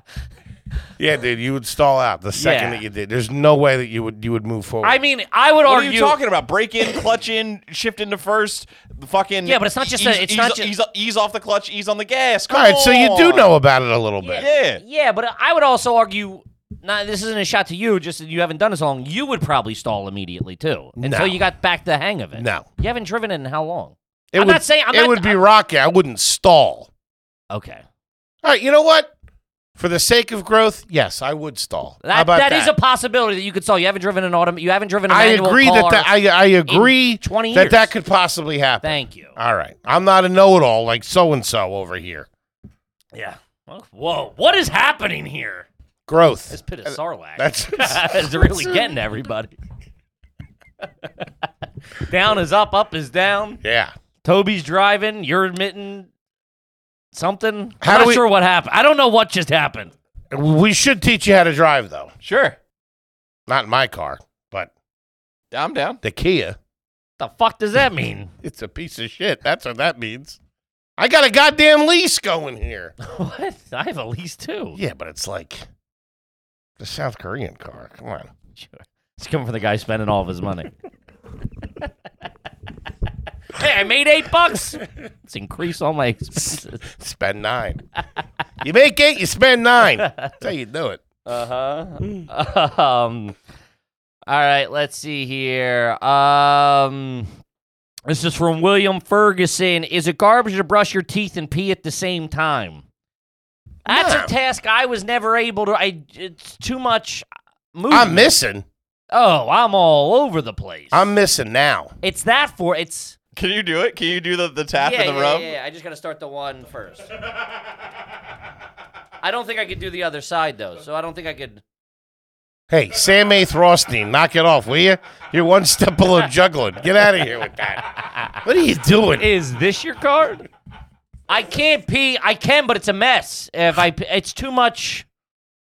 Yeah, dude, you would stall out the second Yeah. that you did. There's no way that you would you would move forward. I mean, I would What are argue. you talking about? Break in, clutch in, shift into first, the fucking Yeah, but it's not just ease, a- it's ease, not ju- ease, ease off the clutch, ease on the gas. All Come right, so you do on. know about it a little bit. Yeah. Yeah, but I would also argue. Not, this isn't a shot to you. Just that you haven't done as long. You would probably stall immediately too until No. you got back the hang of it. No. you haven't driven it in how long? It I'm would, not saying- I'm it not- would be rocky. I wouldn't stall. Okay, All right, you know what? For the sake of growth, yes, I would stall. How that, about that? that is a possibility that you could stall. You haven't driven an autom- You haven't driven. a I manual agree car. that, that I, I agree 20 that years. that could possibly happen. Thank you. All right, I'm not a know-it-all like so and so over here. Yeah. Whoa! What is happening here? This Growth. pit of sarlacc. Uh, That's is really getting everybody. down is up, up is down. yeah. Toby's driving. You're admitting something. How I'm do not we- sure what happened. I don't know what just happened. We should teach you how to drive, though. Sure. Not in my car, but I'm down. the Kia. The fuck does that mean? It's a piece of shit. That's what that means. I got a goddamn lease going here. what? I have a lease too. Yeah, but it's like the South Korean car. Come on. Sure. It's coming from the guy spending all of his money. hey, I made eight bucks. Let's increase all my expenses. Spend nine. you make eight, you spend nine. That's how you do it. Uh huh. um. All right. Let's see here. Um. This is from William Ferguson. Is it garbage to brush your teeth and pee at the same time? That's No. a task I was never able to. I. It's too much. Movement. I'm missing. Oh, I'm all over the place. I'm missing now. It's that for it's. Can you do it? Can you do the, the tap yeah, and the yeah, rub? yeah, yeah. I just gotta start the one first. I don't think I could do the other side though, so I don't think I could. Hey, Sam A. Rothstein, knock it off, will you? You're one step below juggling. Get out of here with that. What are you doing? Is this your card? I can't pee. I can, but it's a mess. If I, p- it's too much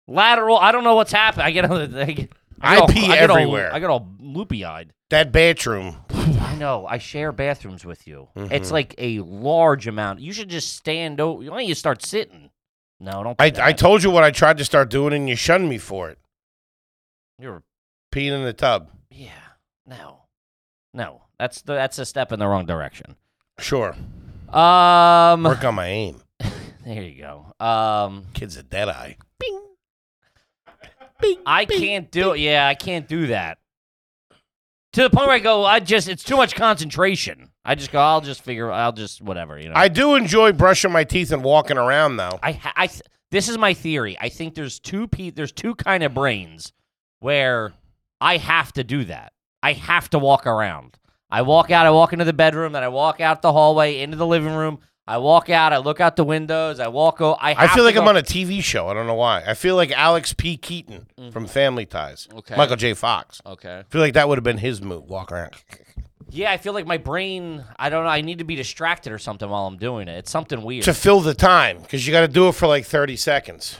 lateral. I don't know what's happened. I get, all- I get, I get all- pee I get all- everywhere. I get all loopy eyed. That bathroom. I know. I share bathrooms with you. Mm-hmm. It's like a large amount. You should just stand. O- why don't you start sitting? No, don't. do I, that. I told you what I tried to start doing, and you shunned me for it. You're Peeing in the tub. Yeah. No. No. That's the, that's a step in the wrong direction. Sure. Um. Work on my aim. There you go. Um. Kid's a dead eye. I can't do it. Yeah, I can't do that. To the point where I go, I just it's too much concentration. I just go. I'll just figure. I'll just whatever. You know. I do enjoy brushing my teeth and walking around, though. I. ha- I th- this is my theory. I think there's two pe- There's two kind of brains where I have to do that. I have to walk around. I walk out. I walk into the bedroom. Then I walk out the hallway into the living room. I walk out. I look out the windows. I walk. O- I. I have feel to like I'm go- on a TV show. I don't know why. I feel like Alex P. Keaton Mm. from Family Ties. Okay. Michael J. Fox. Okay. I feel like that would have been his move. Walk around. Yeah, I feel like my brain. I don't know. I need to be distracted or something while I'm doing it. It's something weird. To fill the time, because you got to do it for like 30 seconds.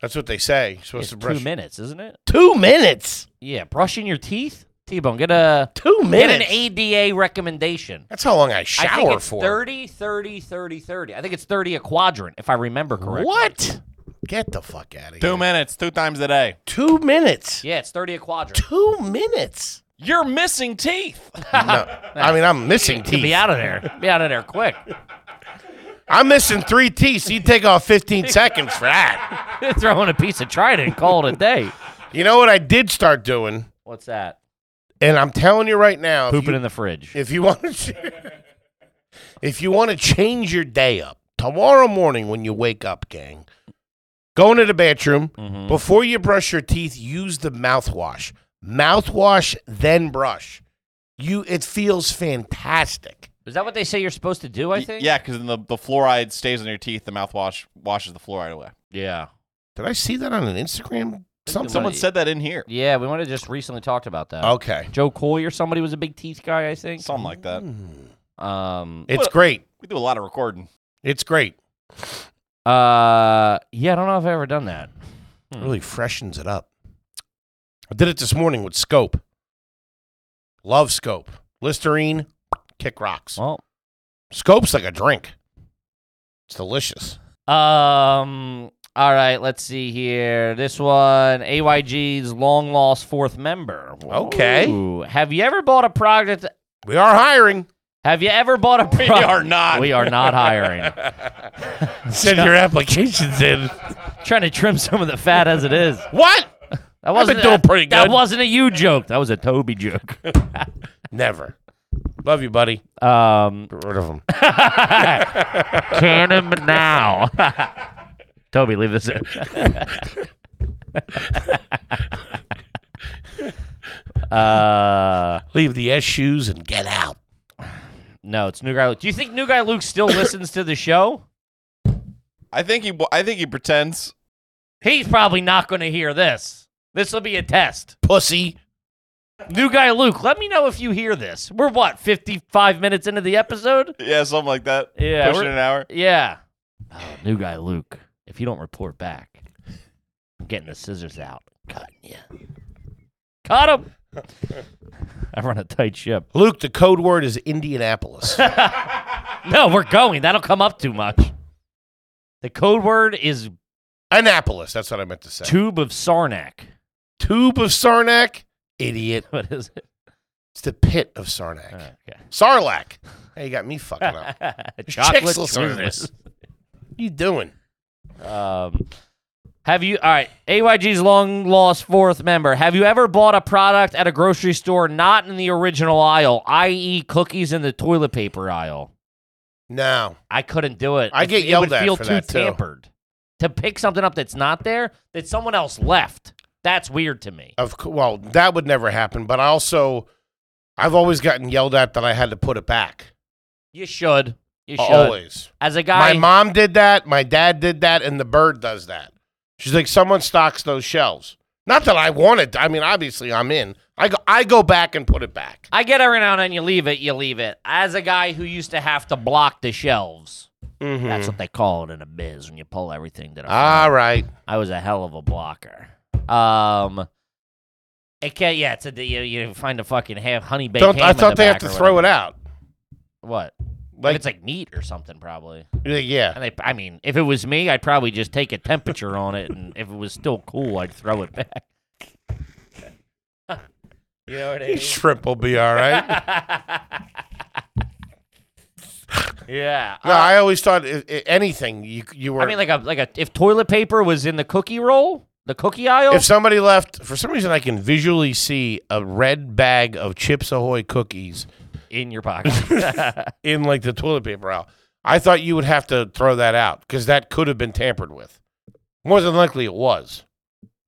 That's what they say. You're supposed It's to brush. two minutes, isn't it? Two minutes. Yeah, brushing your teeth. T-Bone, get a Two get an minutes. ADA recommendation. That's how long I I think shower it's for. 30, 30, 30, 30. I think it's 30 a quadrant, if I remember correctly. What? Get the fuck out of here. Two minutes, two times a day. Two minutes. Yeah, it's 30 a quadrant. Two minutes. You're missing teeth. no, I mean I'm missing To be teeth. out of there. Be out of there quick. I'm missing three teeth. So you take off 15 seconds for that. Throw in a piece of trident, call it a day. You know what I did start doing, What's that? and I'm telling you right now, if Pooping Oh, you, in the fridge. if you want to, if you want to change your day up tomorrow morning when you wake up, gang, go into the bathroom Mm-hmm. before you brush your teeth. Use the mouthwash. Mouthwash, then brush. You, it feels fantastic. Is that what they say you're supposed to do, I Y- think? Yeah, because then the, the fluoride stays on your teeth. The mouthwash washes the fluoride away. Yeah. Did I see that on an Instagram? Something. Someone said that in here. Yeah, we might have just recently talked about that. Okay. Joe Coy or somebody was a big teeth guy, I think. Something like mm. that. Um, It's great. We do a lot of recording. It's great. uh, yeah, I don't know if I've ever done that. It really freshens it up. I did it this morning with Scope. Love Scope. Listerine, kick rocks. Well, Scope's like a drink. It's delicious. Um. All right. Let's see here. This one, AYG's long lost fourth member. Okay. Ooh. Have you ever bought a product? We are hiring. Have you ever bought a product? not. We are not hiring. Send your applications in. Trying to trim some of the fat as it is. What? That wasn't doing that- pretty That good. wasn't a you joke. That was a Toby joke. Never. Love you, buddy. Um. Get rid of him. Can him now. Toby, leave this in. uh. Leave the S shoes and get out. No, it's New Guy Luke. Do you think New Guy Luke still listens to the show? I think he. I think he pretends. He's probably not going to hear this. This will be a test. Pussy. New Guy Luke, let me know if you hear this. We're what, 55 minutes into the episode? Yeah, something like that. Yeah, pushing we're- an hour. Yeah. Oh, new Guy Luke. If you don't report back, I'm getting the scissors out, cutting you. Cut him. I run a tight ship. Luke, the code word is Indianapolis. No, we're going. That'll come up too much. The code word is Annapolis. That's what I meant to say. tube of Sarnak. Tube of Sarnak? Idiot. What is it? It's the pit of Sarnak. All right, okay. Sarlacc. Hey, you got me fucking up. Chocolate Chixel service. What you doing? Um, have you? All right, AYG's long lost fourth member. Have you ever bought a product at a grocery store not in the original aisle, i.e., cookies in the toilet paper aisle? No. I couldn't do it. I It- get it yelled would at Feel for too that, too. tampered to pick something up that's not there that someone else left. That's weird to me. Of cou- well, that would never happen. But I also, I've always gotten yelled at that I had to put it back. You should. You should. Uh, Always. As a guy, My mom did that. My dad did that, and the bird does that. She's like, someone stocks those shelves. Not that I wanted. I mean, obviously, I'm in. I go, I go back and put it back. I get every now and then you leave it, you leave it. As a guy who used to have to block the shelves, Mm-hmm. that's what they call it in a biz when you pull everything to the front. All right. I was a hell of a blocker. Um, it can't. Yeah, it's a you, you find a fucking half honey baked. Don't, I thought they have to throw it out. What? Like Like- it's like meat or something probably. Yeah. And they, I mean, if it was me, I'd probably just take a temperature on it, and if it was still cool, I'd throw it back. you know what I mean? Shrimp will be all right. yeah. No, I always thought i i anything you you were. I mean, like a like a if toilet paper was in the cookie roll, the cookie aisle. if somebody left for some reason, I can visually see a red bag of Chips Ahoy cookies in your pocket. in like the toilet paper aisle. I thought you would have to throw that out because that could have been tampered with. More than likely, it was.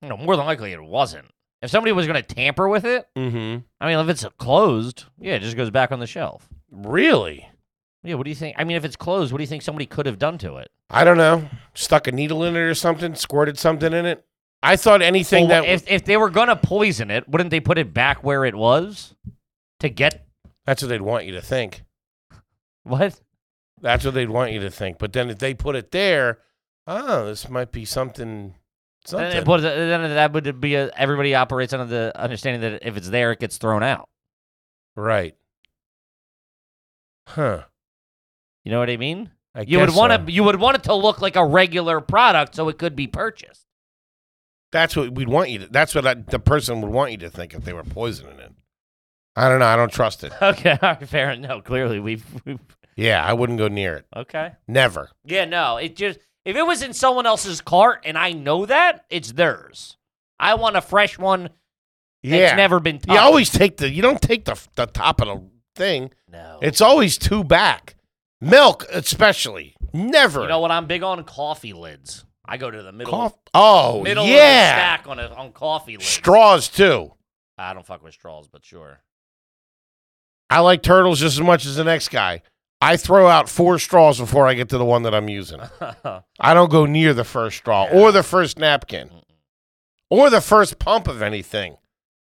no, more than likely it wasn't. If somebody was going to tamper with it, Mm-hmm. I mean, if it's closed, yeah, it just goes back on the shelf. Really? Yeah, what do you think? I mean, if it's closed, what do you think somebody could have done to it? I don't know. Stuck a needle in it or something. Squirted something in it. I thought anything Well, that if if they were going to poison it, wouldn't they put it back where it was to get that's what they'd want you to think. what? That's what they'd want you to think. But then if they put it there, oh, this might be something. Something. Then, it- but then that would be a, everybody operates under the understanding that if it's there, it gets thrown out. Right. Huh. You know what I mean? I you would guess want so. to you would want it to look like a regular product so it could be purchased. That's what we'd want you to. That's what I, the person would want you to think if they were poisoning it. I don't know. I don't trust it. Okay, all right, fair enough. No, clearly we've, we've Yeah, I wouldn't go near it. okay. Never. Yeah, no, it just if it was in someone else's cart and I know that it's theirs. I want a fresh one that's Yeah. never been touched. you always take the. You don't take the the top of the thing. no. It's always two back. Milk, especially. Never. you know what I'm big on coffee lids. I go to the middle Cough- oh middle yeah. of the stack on a, on coffee lids. Straws too. I don't fuck with straws, but sure. I like turtles just as much as the next guy. I throw out four straws before I get to the one that I'm using. I don't go near the first straw or the first napkin or the first pump of anything.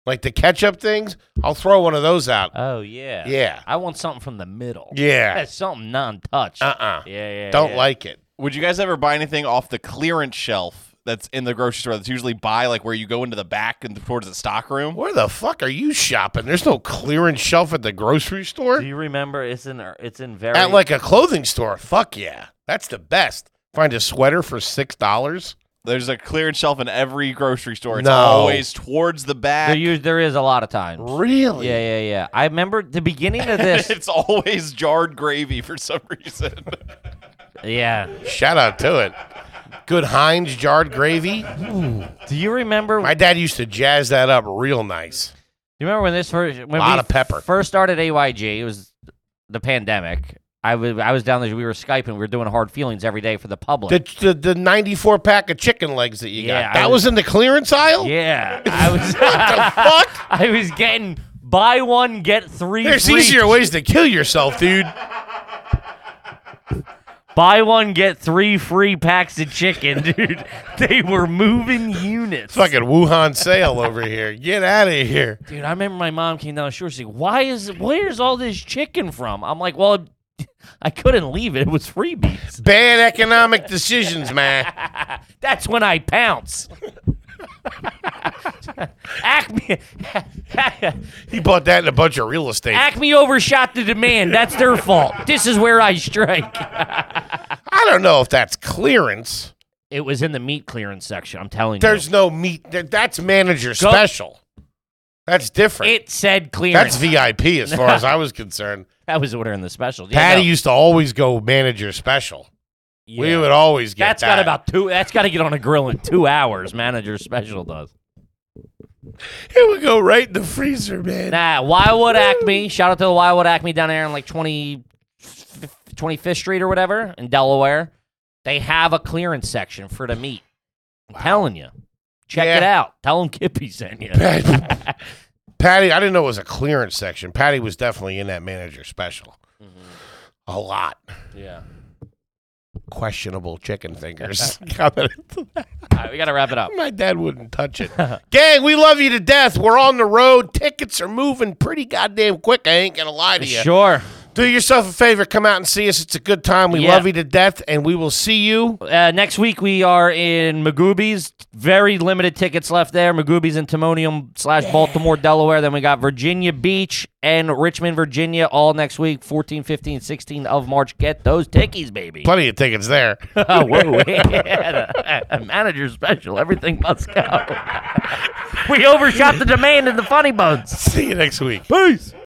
Like the ketchup things, I'll throw one of those out. oh yeah. Yeah. I want something from the middle. Yeah. That's something non-touched. Uh uh yeah, yeah. Don't yeah. like it. Would you guys ever buy anything off the clearance shelf that's in the grocery store? That's usually by like where you go into the back and towards the stock room. Where the fuck are you shopping? There's no clearance shelf at the grocery store. Do you remember? It's in uh, it's in very At like a clothing store. Fuck yeah. That's the best. Find a sweater for $6. There's a clearance shelf in every grocery store. It's No. always towards the back. there. You, there is a lot of times. Really? Yeah, yeah, yeah. I remember the beginning of this. it's always jarred gravy for some reason. yeah. Shout out to it. Good Heinz jarred gravy. Do you remember? My dad used to jazz that up real nice. Do you remember when this first when Lot we of pepper. first started AYG? It was the pandemic. I was I was down there. We were skyping. We were doing hard feelings every day for the public. The the, the 94 pack of chicken legs that you Yeah, got. That I- was in the clearance aisle? yeah, I was. fuck? I was getting buy one get three. There's free. easier ways to kill yourself, dude. Buy one get three free packs of chicken, dude. they were moving units. Fucking Wuhan sale over here. Get out of here. Dude, I remember my mom came down. She was like, "Why is where's all this chicken from?" I'm like, "Well, I couldn't leave it. It was freebies. Bad economic decisions, man. That's when I pounce. Acme, He bought that and a bunch of real estate. Acme overshot the demand. That's their fault. This is where I strike. I don't know if that's clearance. It was in the meat clearance section. I'm telling There's no meat. that- That's manager special. That's you. different. It said That's clearance. VIP as far as I was concerned. I was ordering the special. Yeah, Patty no. used to always go manager special. We Yeah. would always get That's that. got about two. That's got to get on a grill in two hours. Manager special does. It would go right in the freezer, man. Nah, Wildwood Acme. Shout out to the Wildwood Acme down there on like 20, 25th Street or whatever in Delaware. They have a clearance section for the meat. I'm telling you. Check it Yeah. out. Tell them Kippy sent you. Patty, Patty, I didn't know it was a clearance section. Patty was definitely in that manager special. Mm-hmm. A lot. yeah. Questionable chicken fingers. Coming into that. All right, we got to wrap it up. My dad wouldn't touch it. Gang, we love you to death. We're on the road. Tickets are moving pretty goddamn quick. I ain't going to lie to you. Sure. Do yourself a favor. Come out and see us. It's a good time. We Yeah. love you to death, and we will see you. Uh, next week we are in Magoobies. Very limited tickets left there. Magoobies in Timonium slash Baltimore, Delaware. Then we got Virginia Beach and Richmond, Virginia, all next week, 14, 15, 16 of March. Get those tickies, baby. Plenty of tickets there. Oh, whoa. yeah. A manager special. Everything must go. we overshot the demand in the funny bones. see you next week. Peace.